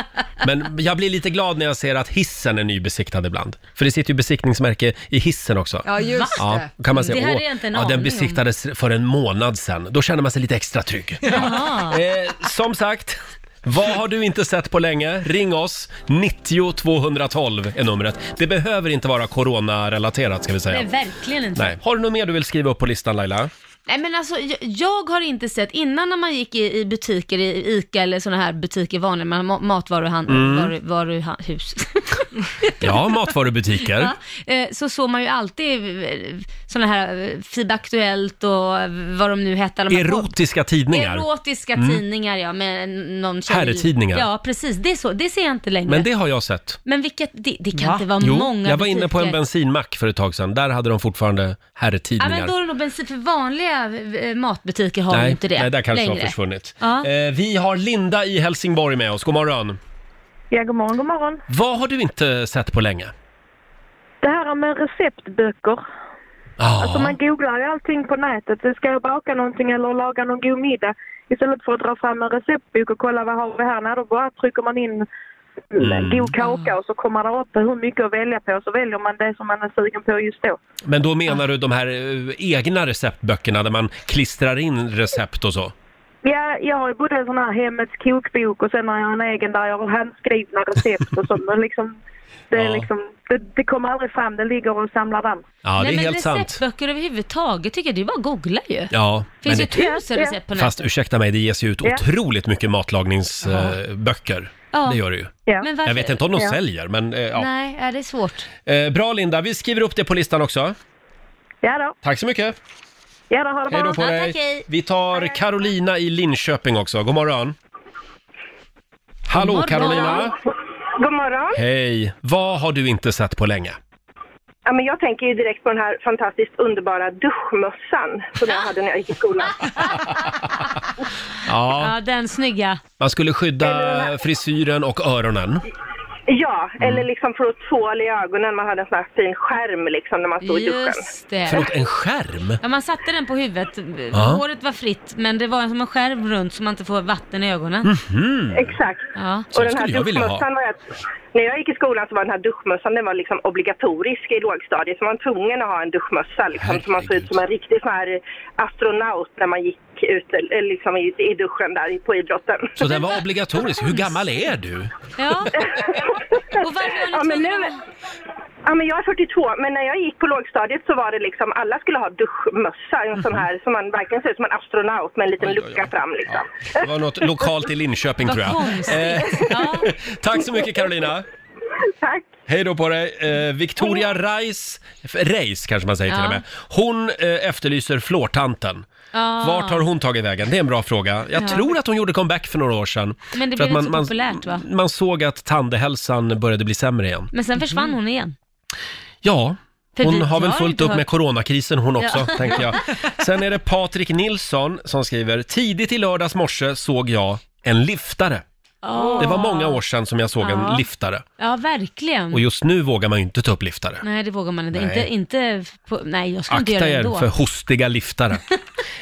Men jag blir lite glad när jag ser att hissen är nybesiktad ibland. För det sitter ju besiktningsmärke i hissen också. Ja, just Ja, det. då kan man säga, Det hade "Åh, jag inte en ja, aning den om." besiktades för en månad sedan. Då känner man sig lite extra trygg. Jaha. Eh, som sagt, vad har du inte sett på länge? Ring oss, 90 212 är numret. Det behöver inte vara coronarelaterat ska vi Det säga. är verkligen inte. Nej. Har du något mer du vill skriva upp på listan Laila? Nej men alltså jag, jag har inte sett, innan när man gick i, i butiker, i ICA eller sådana här butiker, vanliga ma- ma- matvaruhandel, Mm. varu, varuhus, <laughs> Ja, matvarubutiker. <laughs> eh, så såg man ju alltid sådana här eh, FIB Aktuellt och eh, vad de nu hette. alla de här- Erotiska tidningar. Erotiska Mm. tidningar ja, med någon tjej. Herrtidningar. Ja precis, det, är så, det ser jag inte längre. Men Men, det har jag sett. vilket, det, det kan inte vara Jo, många jag var inne på en butiker. bensinmack för ett tag sedan. Där hade de fortfarande Ja herrtidningar. men då är det nog bensin, för vanliga eh, matbutiker har ju nej, inte det nej, där kanske de längre. har försvunnit. Ja. Eh, vi har Linda i Helsingborg med oss. God morgon. Ja, god morgon, god morgon. Vad har du inte sett på länge? Det här med receptböcker. Ah, Alltså man googlar ju allting på nätet. Ska jag baka någonting eller laga någon god middag? Istället för att dra fram en receptbok och kolla vad har vi här. Nej, då bara trycker man in mm. god kaka och så kommer det upp hur mycket att välja på. Så väljer man det som man är sugen på just då. Men då menar du de här eh, egna receptböckerna där man klistrar in recept och så? Ja, jag har ju både en sån här Hemmets kokbok och sen har jag en egen där jag har handskrivna recept och sånt. Men liksom, det, är Ja. liksom, det, det kommer aldrig fram, det ligger och samlar damm. Ja, Nej, det är men helt sant. receptböcker överhuvudtaget tycker jag, det är bara att googla ju. Ja, men finns ju det, tusen Ja, recept på nätet. fast ursäkta mig, det ges ju ut Ja. otroligt mycket matlagningsböcker. Ja. Det gör det ju. Ja. Men Jag varför- vet inte om de Ja. säljer, men eh, ja. Nej, ja, det är svårt. Eh, Bra Linda, vi skriver upp det på listan också. ja då, Tack så mycket! ja då har det Hej då bra. på Ja, dig. tack, hej. Vi tar Carolina i Linköping också. God morgon. Hallå God morgon. Carolina! God morgon. Hej! Vad har du inte sett på länge? Ja, men jag tänker ju direkt på den här fantastiskt underbara duschmössan som jag hade när jag gick i skolan. Ja, Ja, den snygga. man skulle skydda frisyren och öronen. Ja, Mm. eller liksom för att tvål i ögonen. Man hade en sån här fin skärm liksom när man stod i duschen. Just det. Förlåt, en skärm? Ja, man satte den på huvudet. Ja. Håret var fritt, men det var som en skärm runt så man inte får vatten i ögonen. Mm. Exakt. Ja. Sån och den här skulle jag vilja ha. duschmössan var jag, När jag gick i skolan så var den här duschmössan den var liksom obligatorisk i lågstadiet. Så man var tvungen att ha en duschmössa liksom, så man såg Herregud. ut som en riktig sån här astronaut när man gick ut eh, liksom, i, i duschen där på idrotten. Så den var obligatorisk. Hur gammal är du? ja. Och varför Ja, var ni men tvungna nu- att- Ja, men jag är 42, men när jag gick på lågstadiet så var det liksom alla skulle ha duschmössa, en sån här som man verkligen ser ut som en astronaut med en liten Mhm. Oj, oj, oj. lucka fram liksom. Det var något lokalt i Linköping tror jag. Vad konstigt. Eh, Ja. tack så mycket Carolina! Tack! Hej då på dig! Eh, Victoria Reis, Reis kanske man säger till Ja. och med. Hon eh, efterlyser flårtanten. Ja. Vart har hon tagit vägen? Det är en bra fråga. Jag tror att hon gjorde comeback för några år sedan. Men det För blev att inte så populärt, va? Man såg att tandhälsan började bli sämre igen. Men sen försvann hon igen. Ja, För hon vi- har jag väl har fullt inte upp med hört- coronakrisen hon också, Ja. tänker jag. Sen är det Patrik Nilsson som skriver, tidigt i lördags morse såg jag en liftare. Det var många år sedan som jag såg en Ja. liftare. Ja, verkligen. Och just nu vågar man ju inte ta upp liftare. Nej, det vågar man inte. Nej. Inte, inte på... Nej, jag skulle inte göra Akta det er ändå. för <laughs> hostiga liftare.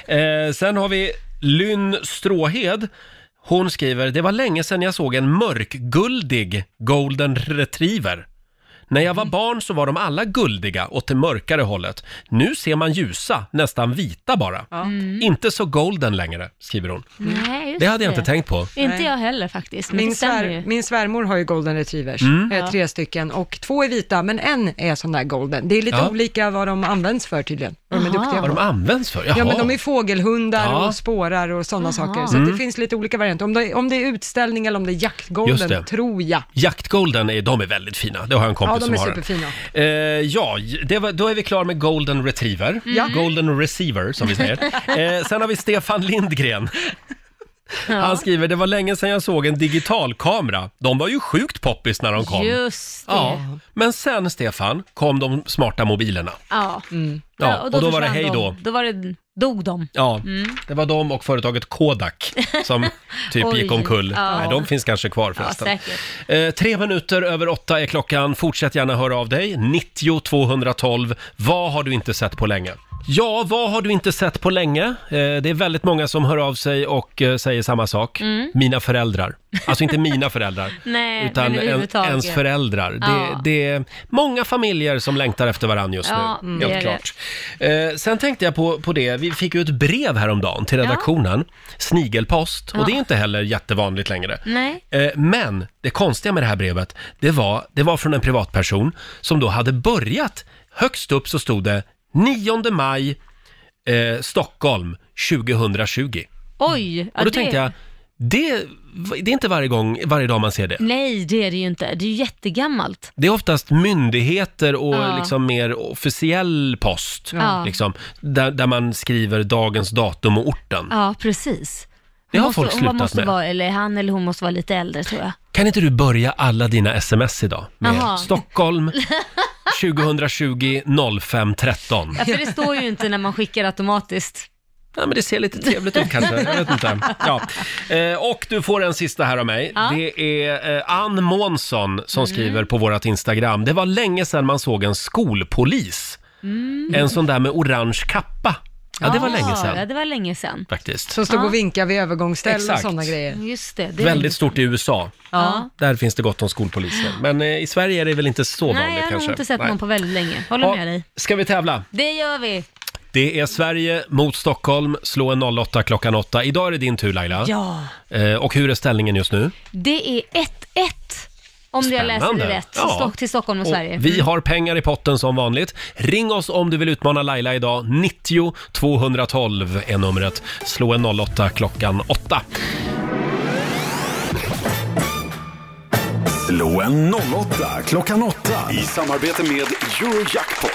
eh, sen har vi Lynn Stråhed. Hon skriver, det var länge sedan jag såg en mörkguldig golden retriever. När jag var Mm. barn så var de alla guldiga åt det mörkare hållet. Nu ser man ljusa, nästan vita bara. Inte så golden längre, skriver hon. Nej, Mm. just Det hade jag inte tänkt på. Inte Nej. jag heller faktiskt, men Min, det stämmer svär, ju. min svärmor har ju golden retrievers, Mm. eh, tre stycken, och två är vita, men en är sån där golden. Det är lite Ja. olika vad de används för tydligen, vad de är Jaha. duktiga Vad de på. används för? Jaha. Ja, men de är fågelhundar Ja. Mm. och spårar och sådana saker, så att det finns lite olika varianter. Om det, om det är utställning eller om det är Just jaktgolden, det. tror jag. Jaktgolden, är, de är väldigt fina. Det har jag en kompis Ja, de som är har en. superfina. Eh, ja, det var, då är vi klara med Golden Retriever. Ja. Golden Receiver, som vi säger. Eh, sen har vi Stefan Lindgren. Han skriver, det var länge sedan jag såg en digitalkamera. De var ju sjukt poppis när de kom. Just det. Ja, Ja. men sen Stefan kom de smarta mobilerna. Mm. Ja, och då var det försvann hej de. då. Då var det, dog de. Ja, det var de och företaget Kodak som typ Oj. gick omkull. Ja. Nej, de finns kanske kvar Ja, förresten. säkert. Eh, tre minuter över åtta är klockan. Fortsätt gärna höra av dig. 90 212. Vad har du inte sett på länge? Ja, vad har du inte sett på länge? Eh, det är väldigt många som hör av sig och eh, säger samma sak. Mina föräldrar. Alltså inte mina föräldrar. Mm. <laughs> Nej, utan men en, överhuvudtaget. ens föräldrar. Ja. Det, det är många familjer som längtar efter varandra just Ja, nu. mm, Helt det är klart. Eh, sen tänkte jag på, på det, vi fick ju ett brev häromdagen till redaktionen. Snigelpost. Och det är inte heller jättevanligt längre. Nej. Eh, Men det konstiga med det här brevet, det var, det var från en privatperson som då hade börjat, högst upp så stod det 9 maj, eh, Stockholm 2020. Oj. ja, Och då det- tänkte jag, det, det är inte varje, gång, varje dag man ser det. Nej, det är det ju inte. Det är ju jättegammalt. Det är oftast myndigheter och Ja. liksom mer officiell post, Ja. liksom, där, där man skriver dagens datum och orten. Ja, precis. Det har Hon måste, folk hon slutat måste med. Vara, eller han eller hon måste vara lite äldre tror jag. Kan inte du börja alla dina sms idag med Jaha. <laughs> Stockholm 2020 0513? Ja, för <laughs> det står ju inte när man skickar automatiskt. Ja, men det ser lite trevligt ut kanske. Jag vet inte. Ja. Eh, och du får en sista här av mig. Ja. Mm. Det är eh, Ann Månsson som skriver på vårt Instagram. Det var länge sedan man såg en skolpolis. En sån där med orange kappa. Ja, det var länge Mm. Ja, sedan det var länge sedan. faktiskt. Som stod och vinkade vid övergångsställen och Exakt. sådana grejer. Just det. det är länge Väldigt sedan. stort i USA. Ja. Där finns det gott om skolpoliser. Men eh, i Sverige är det väl inte så vanligt Nej, jag har nog kanske. inte sett Nej. någon på väldigt länge. Håller Ja, med dig. Ska vi tävla? Det gör vi. Det är Sverige mot Stockholm. Slå en 08 klockan 8. Idag är det din tur Laila. Ja. Eh, och hur är ställningen just nu? Det är 1-1. Om jag läser det Spännande. rätt. Ja. Stock, till Stockholm och, Sverige. Mm. Och vi har pengar i potten som vanligt. Ring oss om du vill utmana Laila idag. 90 212 är numret. Slå en 08 klockan 8. Slå en 08 klockan 8 i samarbete med Eurojackpot.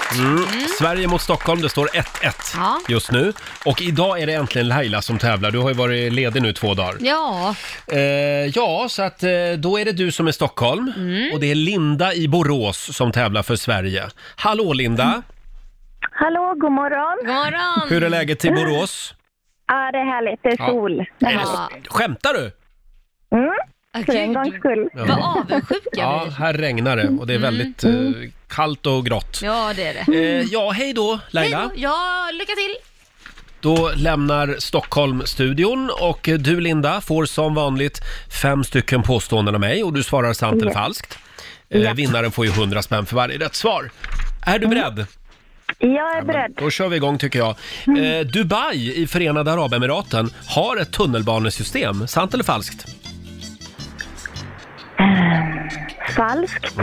Sverige mot Stockholm, det står 1-1 Mm. Ja. just nu. Och idag är det äntligen Laila som tävlar. Du har ju varit ledig nu två dagar. Ja, Eh, ja, så att eh, då är det du som är Stockholm och det är Linda i Borås som tävlar för Sverige. Hallå Linda! Hallå, god morgon. god morgon. Hur är läget i Borås? Ja, det är härligt. Det är Ja. sol. Mm, Är Ja. det, skämtar du? Ah, För en gud, gångs skull. Vad avundsjuka Ja, vi här regnar det och det är väldigt eh, kallt och grått. Ja, det är det. Eh, ja, hej då Laila! Ja, lycka till. Då lämnar Stockholm studion och eh, du Linda får som vanligt fem stycken påståenden av mig och du svarar sant eller falskt. Eh, vinnaren får ju 100 spänn för varje rätt svar. Är du beredd? Jag är beredd. Då kör vi igång tycker jag. Eh, Dubai i Förenade Arabemiraten har ett tunnelbanesystem. Sant eller falskt? Falskt.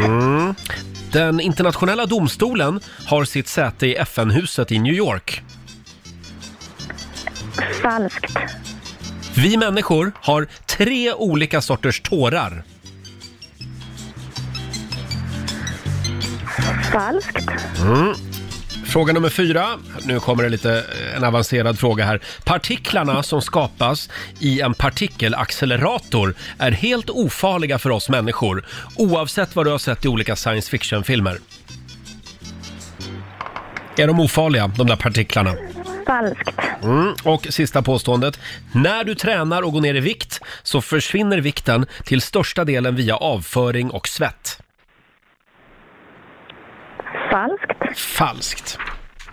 Den internationella domstolen har sitt säte i FN-huset i New York. Falskt. Vi människor har tre olika sorters tårar. Falskt. Fråga nummer fyra. Nu kommer det lite eh, en avancerad fråga här. Partiklarna som skapas i en partikelaccelerator är helt ofarliga för oss människor oavsett vad du har sett i olika science fiction-filmer. Är de ofarliga, de där partiklarna? Falskt. Mm. Och sista påståendet. När du tränar och går ner i vikt så försvinner vikten till största delen via avföring och svett. Falskt. Falskt.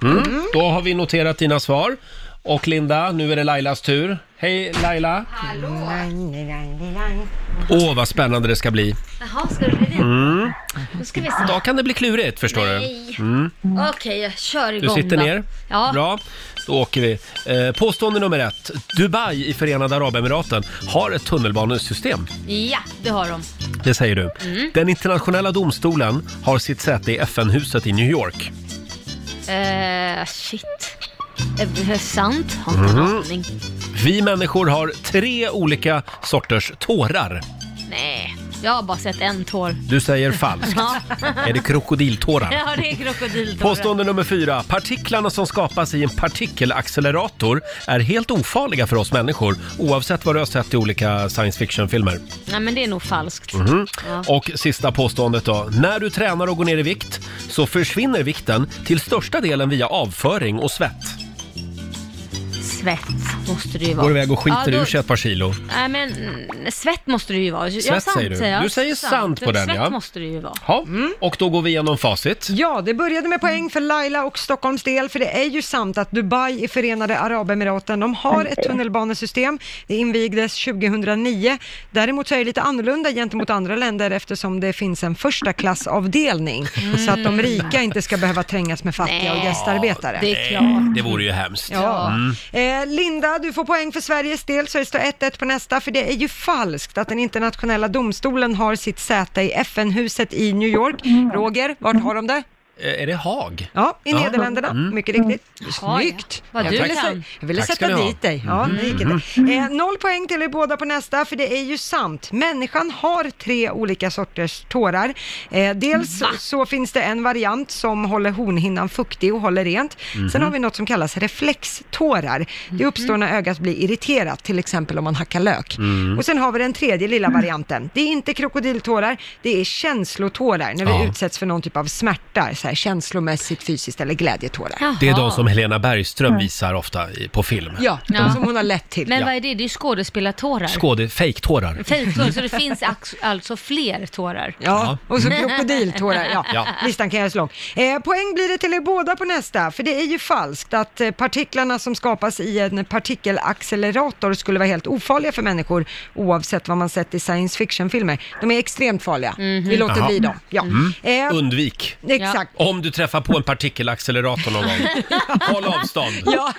Mm. Då har vi noterat dina svar. Och Linda, nu är det Lailas tur. Hej Laila! Åh, vad spännande det ska bli. Jaha, ska det bli det? Mm. Då ska vi se. Idag kan det bli klurigt, förstår du. Mm. Nej. Okej, jag kör igång Du sitter då. ner. Ja. Bra, då åker vi. Eh, påstående nummer ett. Dubai i Förenade Arabemiraten har ett tunnelbanesystem. Ja, det har de. Det säger du. Mm. Den internationella domstolen har sitt säte i FN-huset i New York. Eh, shit. Eh, sant? Har inte Mm. en aning. Vi människor har tre olika sorters tårar. Nej. Jag har bara sett en tår. Du säger falskt. Ja, Är det krokodiltårar? <laughs> ja det är krokodiltårar. Påstående nummer fyra. Partiklarna som skapas i en partikelaccelerator är helt ofarliga för oss människor oavsett vad du har sett i olika science fiction-filmer. Nej, men det är nog falskt. Mhm. Ja. Och sista påståendet då. När du tränar och går ner i vikt så försvinner vikten till största delen via avföring och svett. Svett måste det ju vara. Går iväg och skiter Ja, då- ur sig ett par kilo. Nej, men mm, svett måste det ju vara. Svett ja, sant, säger du. jag. Du säger sant på den, svett ja. Svett måste det ju vara. Ja, och då går vi igenom facit. Ja, det började med poäng för Laila och Stockholms del, för det är ju sant att Dubai i Förenade Arabemiraten, de har ett tunnelbanesystem. Det invigdes 2009. Däremot så är det lite annorlunda gentemot andra länder eftersom det finns en första klassavdelning så att de rika inte ska behöva trängas med fattiga och Nej, gästarbetare. Det är klart. Det vore ju hemskt. Ja. Eh, Linda, du får poäng för Sveriges del, så det står 1-1 på nästa, för det är ju falskt att den internationella domstolen har sitt säte i FN-huset i New York. Mm. Roger, vart har de det? Eh, Är det Haag? Ja, i Ja. Nederländerna. Mycket riktigt. Mm. Ja, ja. Snyggt! Vad jag du ville, kan. sä- jag ville Tack ska sätta ni ha. Mm. dit dig. Ja, det gick inte. Eh, noll poäng till er båda på nästa, för det är ju sant. Människan har tre olika sorters tårar. Eh, dels så finns det en variant som håller hornhinnan fuktig och håller rent. Mhm. Sen har vi något som kallas reflextårar. Det uppstår när ögat blir irriterat, till exempel om man hackar lök. Mm. Och sen har vi den tredje lilla varianten. Det är inte krokodiltårar, det är känslotårar, när vi Ja. utsätts för någon typ av smärta, så här känslomässigt, fysiskt eller glädjetårar. Jaha. Mm. Det är de som Helena Bergström visar ofta i, på film. Ja, de Ja. som hon har lett till. Men vad är det? Det är ju skådespelartårar. Skåde, fejktårar. Fejktårar, så det finns ax- alltså fler tårar. Ja, och så krokodiltårar. Ja, Ja. listan kan göras lång. Eh, poäng blir det till er båda på nästa, för det är ju falskt att eh, partiklarna som skapas i en partikelaccelerator skulle vara helt ofarliga för människor, oavsett vad man sett i science fiction-filmer. De är extremt farliga. Vi Jaha. låter Mm. bli dem. Ja. Eh, Undvik. exakt. Om du träffar på en partikelaccelerator någon gång, håll avstånd. Ja.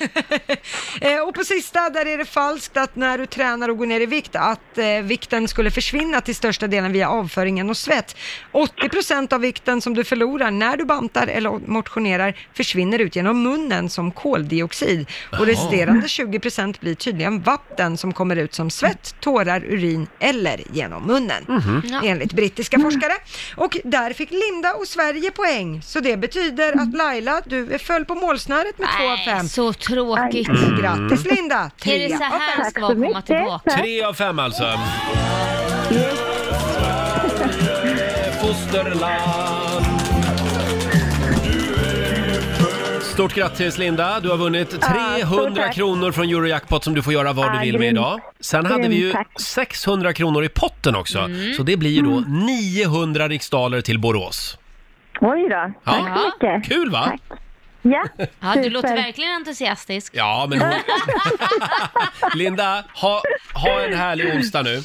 Eh, och på sista, där är det falskt att när du tränar och går ner i vikt, att eh, vikten skulle försvinna till största delen via avföringen och svett. 80% av vikten som du förlorar när du bantar eller motionerar försvinner ut genom munnen som koldioxid. Och resterande 20% blir tydligen vatten som kommer ut som svett, tårar, urin eller genom munnen. Ja. Enligt brittiska forskare. Och där fick Linda och Sverige poäng. Så det betyder att Laila, du föll på målsnöret med 2 av 5. Nej, så tråkigt. Mm. Grattis Linda! Är Tre det så av här fem. det ska vara att komma tillbaka? Tre av fem alltså. Sverige, fosterland. Stort grattis Linda, du har vunnit 300 tack. kronor från Eurojackpot som du får göra vad du Ja, vill med grymt. idag. Sen hade vi ju Grymt, tack. Mm. 600 kronor i potten också, så det blir ju då 900 riksdaler till Borås. Oj då, tack Ja. så mycket. Kul va? Ja, Ja, du låter super. verkligen entusiastisk. Ja, men hon... Linda, ha, ha en härlig onsdag nu.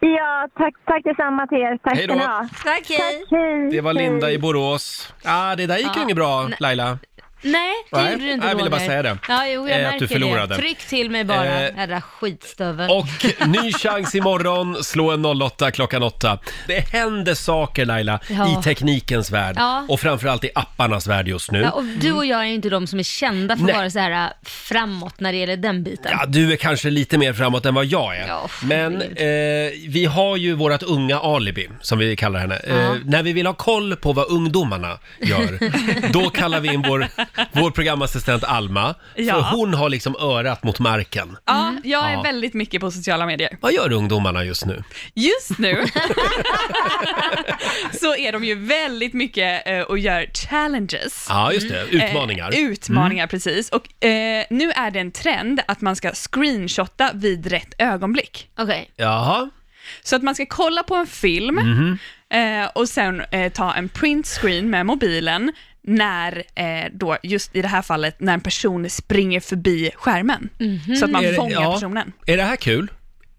Ja, tack, tack detsamma till er. Tack Hej då. ska ni ha. Tack, hej. Hej. Det var Linda i Borås. Ah, det där gick ju Ja. inget bra, Laila. Nej, det Nej, gjorde du inte jag ville Roger. bara säga det. Ja, jo, jag Eh, att märker du förlorade. det. Tryck till mig bara, Eh, jädra skitstövel. Och ny chans imorgon, slå en 08 klockan 8. Det händer saker Laila, Ja. i teknikens värld Ja. och framförallt i apparnas värld just nu. Ja, Ja, och du och jag är ju inte de som är kända för att Mm. Nej. vara så här äh, framåt när det gäller den biten. du är kanske lite mer framåt än vad jag är. Ja, Men eh, vi har ju vårt unga alibi, som vi kallar henne. Eh, Ja. när vi vill ha koll på vad ungdomarna <laughs> gör, då kallar vi in vår, vår programassistent Alma. För Ja. hon har liksom örat mot marken. Ja, jag är Ja. väldigt mycket på sociala medier. Vad gör ungdomarna just nu? Just <laughs> nu så är de ju väldigt mycket eh, och gör challenges. Ja, just det. Ah, Utmaningar. Eh, utmaningar, precis. Och eh, nu är det en trend att man ska screenshotta vid rätt ögonblick. Okej, Jaha. Så att man ska kolla på en film Mhm. eh, och sen eh, ta en print screen med mobilen när, eh, då, just i det här fallet, när en person springer förbi skärmen. Så att man Är det- fångar ja. personen. Är det här kul?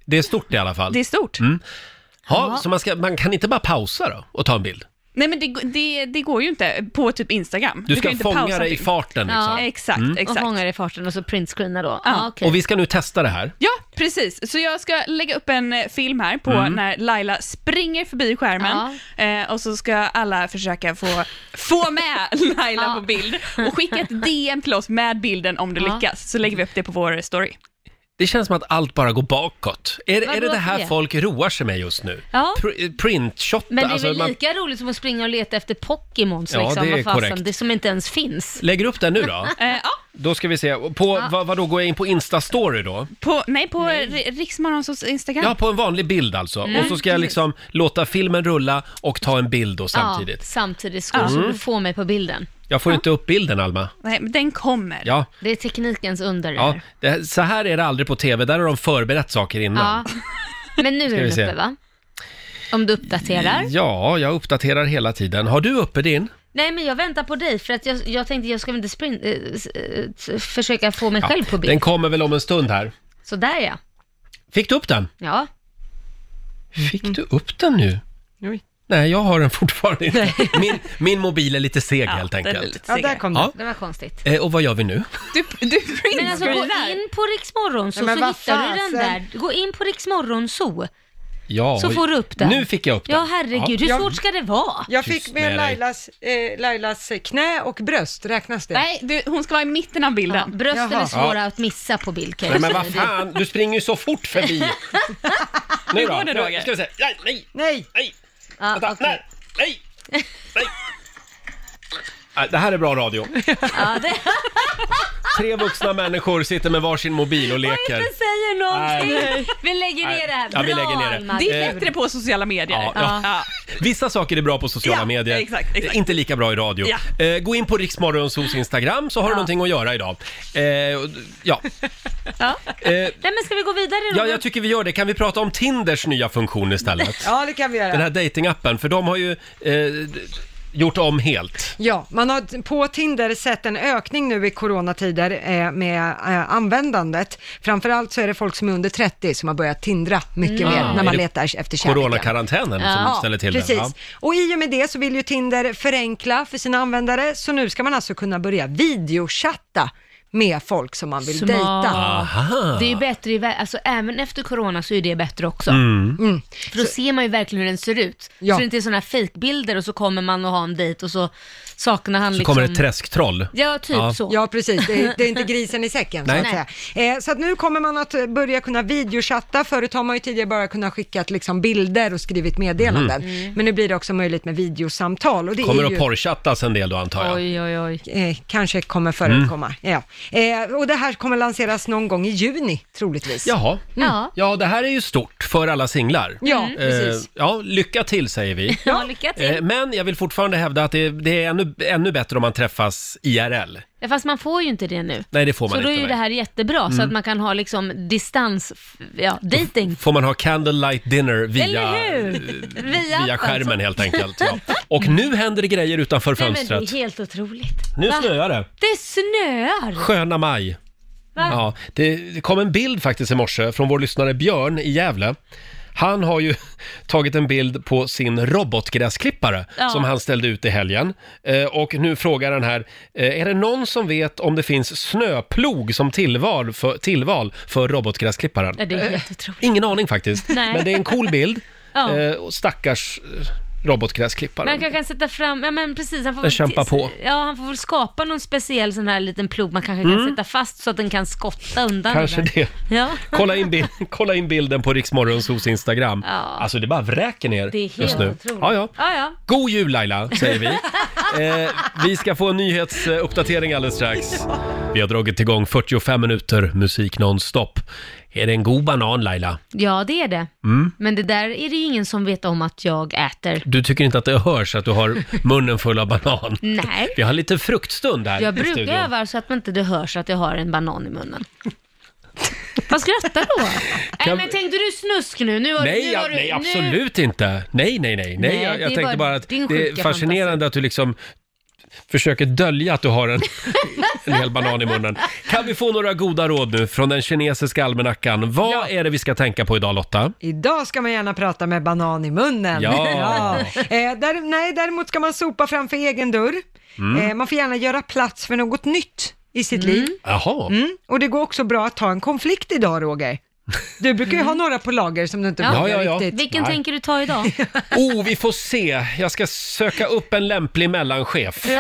Det är stort i alla fall. Det är stort. Ja, så man, ska, man kan inte bara pausa då och ta en bild? Nej men det, g- det, det går ju inte på typ Instagram. Du kan ska ju inte fånga pausa det i film. farten liksom. Ja, exakt, och exakt. fångar i farten och så printscreena då. Ja. Ja, okej. Och vi ska nu testa det här. Ja, precis. Så jag ska lägga upp en eh, film här på Mm. när Laila springer förbi skärmen eh, och så ska alla försöka få, få <laughs> med <laughs> Laila Ja. på bild och skicka ett DM till oss med bilden om du Ja. lyckas, så lägger vi upp det på vår story. Det känns som att allt bara går bakåt. Är, är Vadå det det här det? folk roar sig med just nu? Ja. Pr- eh, Printshoppa, Men det är alltså väl man lika roligt som att springa och leta efter Pokémons Ja, liksom, det är vad fasen, korrekt. det som inte ens finns. lägger upp den <laughs> nu då? Eh, ja, Då ska vi se, på, Ja. vad, vadå, går jag in på Insta-story då? på, nej, på nej. Riksmorgons Instagram. Ja, på en vanlig bild alltså. Mm, och så ska jag precis. liksom låta filmen rulla och ta en bild då Ja, samtidigt. samtidigt skulle Mm. du få mig på bilden. Jag får ju inte upp bilden, Alma. Nej, men den kommer. Ja, Det är teknikens under. ja. Ja. Det, så här är det aldrig på TV, där har de förberett saker innan. ja. Men nu Ska är vi den se. Mm. uppe va? Om du uppdaterar. Ja, jag uppdaterar hela tiden. Har du uppe din? Nej men jag väntar på dig för att jag, jag tänkte jag ska väl inte sprint, eh, s- eh, s- försöka få mig Ja, själv på bild. Den kommer väl om en stund här. Så där ja. Fick du upp den? Ja. Mm. Fick du upp den nu? Nej, jag har den fortfarande inte. <laughs> Min, min mobil är lite seg helt enkelt. Ja, där kom Ja. den. Det var konstigt. Eh, och vad gör vi nu? Du, du Men alltså gå in på Riksmorgon så, Nej, men så vad hittar du den fasen. där. Gå in på Riksmorgon så. Ja, Så får du upp den. Nu fick jag upp den. Ja herregud, hur Ja. svårt ska det vara? Jag Tyst fick med med dig. Lailas, eh, Lailas knä och bröst, räknas det? Nej, du, hon ska vara i mitten av Ja, bilden. brösten Jaha. är svåra att missa på bild kan jag Nej men säga. vad fan, du springer ju så <laughs> fort förbi. Nu då, går det, Roger? ska vi se. Nej, nej, Nej! nej, Ja, vänta, okej. nej, nej, <laughs> nej. Nej, Det här är bra radio. Ja, det... Tre vuxna människor sitter med varsin mobil Jag och leker. inte säger någonting. Nej. Vi lägger ner det här. Ja, vi lägger ner det. Alma. Det Eh, är bättre på sociala medier. ja, ja. Vissa saker är bra på sociala Ja, medier, exakt, exakt. Eh, inte lika bra i radio. Ja. Eh, gå in på Riksmorgonsos Instagram så har du någonting att göra idag. Eh, och- Ja. ja. Eh, Nej, men ska vi gå vidare då? ja, jag tycker vi gör det. Kan vi prata om Tinders nya funktion istället? Ja, det kan vi göra. Den här datingappen, för de har ju eh, d- gjort om helt. Ja, man har t- på Tinder sett en ökning nu i coronatider eh, med eh, användandet. Framförallt så är det folk som är under 30 som har börjat Tindra mycket Mm. mer Ah, när är man det letar efter kärleken. Coronakarantänen som ställer till precis. det. Ja. Och i och med det så vill ju Tinder förenkla för sina användare, så nu ska man alltså kunna börja videochatta med folk som man vill Smart. dejta. Aha. Det är ju bättre, i vä- alltså även efter corona så är det bättre också. Mm. För då ser man ju verkligen hur den ser ut. Ja. Så det inte är sådana fejkbilder och så kommer man och har en dejt och så saknar han Så liksom... kommer ett träsktroll. Ja, typ Ja. så. Ja, precis. Det är, det är inte grisen i säcken, så Nej. att säga. Eh, så att nu kommer man att eh, börja kunna videochatta. Förut har man ju tidigare bara kunnat skicka liksom, bilder och skrivit meddelanden. Men nu blir det också möjligt med videosamtal. Och det Mm. Kommer är att ju... porrchattas en del då antar jag. Oj, oj, oj. Eh, kanske kommer förekomma. Mm. Ja. Eh, och det här kommer lanseras någon gång i juni, troligtvis. Jaha. Ja. Ja, det här är ju stort för alla singlar. Ja, Eh, precis. ja, lycka till säger vi. <laughs> Ja, lycka till. Eh, Men jag vill fortfarande hävda att det, det är ännu, ännu bättre om man träffas IRL. Ja, Fast man får ju inte det nu. Nej, det får man så då är inte. Mm. ju nej. det här jättebra, så att man kan ha liksom distans, ja, dating. Får man ha candlelight dinner via, Eller hur? eh, Via via appen, skärmen helt enkelt. Ja. <laughs> Och nu händer det grejer utanför Nej, men det fönstret. är helt otroligt. Nu Va? snöar det. Det snöar! Sköna maj. Ja, det det kom en bild faktiskt i morse från vår lyssnare Björn i Gävle. Han har ju <laughs> tagit en bild på sin robotgräsklippare Ja. som han ställde ut i helgen. Eh, och nu frågar han här, eh, är det någon som vet om det finns snöplog som tillval för, tillval för robotgräsklipparen? Eh, Ja, det är helt otroligt. Ingen aning faktiskt, Nej. men det är en cool bild. <laughs> Ja. Eh, och stackars eh, Man robotgräsklipparen. kan, kan sätta fram, ja men precis, han får Den väl kämpar tis- på. Ja, han får väl skapa någon speciell sån här liten plog man kanske kan sätta fast så att den kan skotta undan Mm. Kanske den. det. Ja. Kolla in, bil- <laughs> kolla in bilden på Riksmorgonsos Instagram. Ja. Alltså det bara vräker ner Det är helt just nu. otroligt. Ja, ja. Ja, ja. God jul <laughs> Laila, säger vi. eh, vi ska få en nyhetsuppdatering alldeles strax. Vi har dragit igång 45 minuter musik nonstop. Är det en god banan Laila? Ja, det är det. Mm. Men det där är det ju ingen som vet om att jag äter. Du tycker inte att det hörs att du har munnen full av banan? Nej. Vi har lite fruktstund här Jag i studion. brukar öva så att man inte det hörs att jag har en banan i munnen. <laughs> Vad skrattar du åt? Nej, Kan- men tänkte du snusk nu? nu har, du- Nej, nu ja, har du, nej, nu- absolut inte. Nej, nej, nej. nej Nej, jag jag det tänkte var bara att din det är sjuka fascinerande att du liksom försöker dölja att du <laughs> har en, en hel banan i munnen. Kan vi få några goda råd nu från den kinesiska almanackan? Vad är det vi ska tänka på idag Lotta? Idag ska man gärna prata med banan i munnen. Ja. <laughs> Eh, där, nej, däremot ska man sopa framför egen dörr. Mm. Eh, man får gärna göra plats för något nytt i sitt liv. Jaha, Mm. Och det går också bra att ta en konflikt idag, Roger. Du brukar ju ha några på lager som du inte Ja. vågar Ja, ja, ja. riktigt. Vilken Nej. tänker du ta <laughs> idag? Oh, vi får se. Jag ska söka upp en lämplig mellanchef. Eh,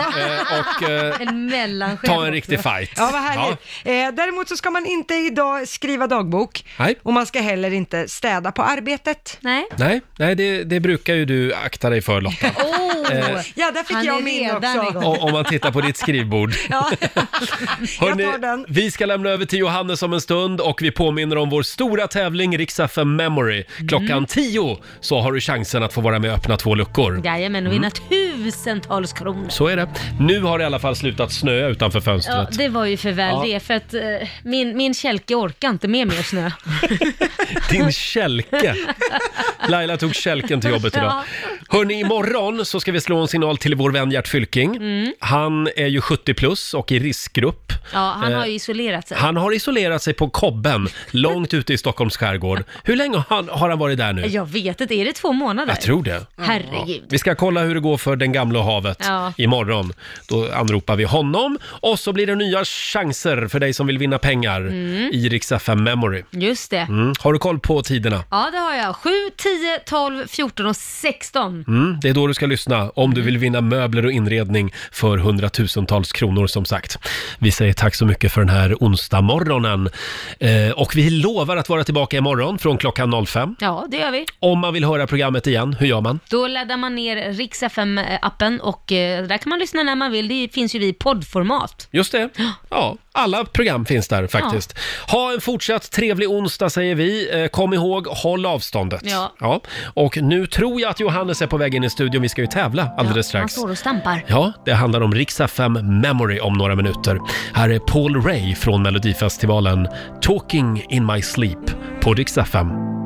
och, eh, en mellanchef ta en riktig också. fight. Ja, vad härligt. Eh, däremot så ska man inte idag skriva dagbok. Nej. Och man ska heller inte städa på arbetet. Nej. Nej, nej det, det brukar ju du akta dig <laughs> för Lotta. Oh. Eh, ja, där fick han är jag min redan också. Om, om man tittar på ditt skrivbord. Ja. Hörrni, vi ska lämna över till Johannes om en stund och vi påminner om vår stora tävling Riksa för Memory. Mm. Klockan 10 så har du chansen att få vara med och öppna två luckor. Jajamän, och vinna Mm. tusentals kronor. Så är det. Nu har det i alla fall slutat snöa utanför Ja, fönstret. det var ju för väl Ja. det, för att eh, min, min kälke orkar inte med mer <laughs> snö. <laughs> <laughs> Din kälke! Laila tog kälken till jobbet idag. Ja. Hörni, imorgon så ska vi slå en signal till vår vän Gert Fylking. Mm. Han är ju 70 plus och i riskgrupp. Ja, han Eh, har ju isolerat sig. Han har isolerat sig på Kobben, <laughs> långt ute i Stockholms skärgård. Hur länge har han, har han varit där nu? Jag vet inte, är det två månader? Jag tror det. Herregud. Vi ska kolla hur det går för den gamla och havet Ja. imorgon. Då anropar vi honom och så blir det nya chanser för dig som vill vinna pengar Mm. i Rix FM Memory. Just det. Mm. Har du koll på tiderna? Ja, det har jag. 7, 10, 12, 14 och 16. Mm, det är då du ska lyssna om du vill vinna möbler och inredning för hundratusentals kronor som sagt. Vi säger tack så mycket för den här onsdag morgonen. Eh, och vi lovar att vara tillbaka imorgon från klockan 05. Ja, det gör vi. Om man vill höra programmet igen, hur gör man? Då laddar man ner Rix FM-appen och eh, där kan man lyssna när man vill. Det finns ju i poddformat. Just det. Ja, alla program finns där faktiskt. Ha en fortsatt trevlig onsdag säger vi. Eh, Kom ihåg, håll avståndet. Ja. Och nu tror jag att Johannes är på väg in i studion. Vi ska ju tävla alldeles Han strax. står och stampar. Ja, det handlar om Riksa 5 Memory om några minuter. Här är Paul Ray från Melodifestivalen. Talking in my sleep på Riksa 5.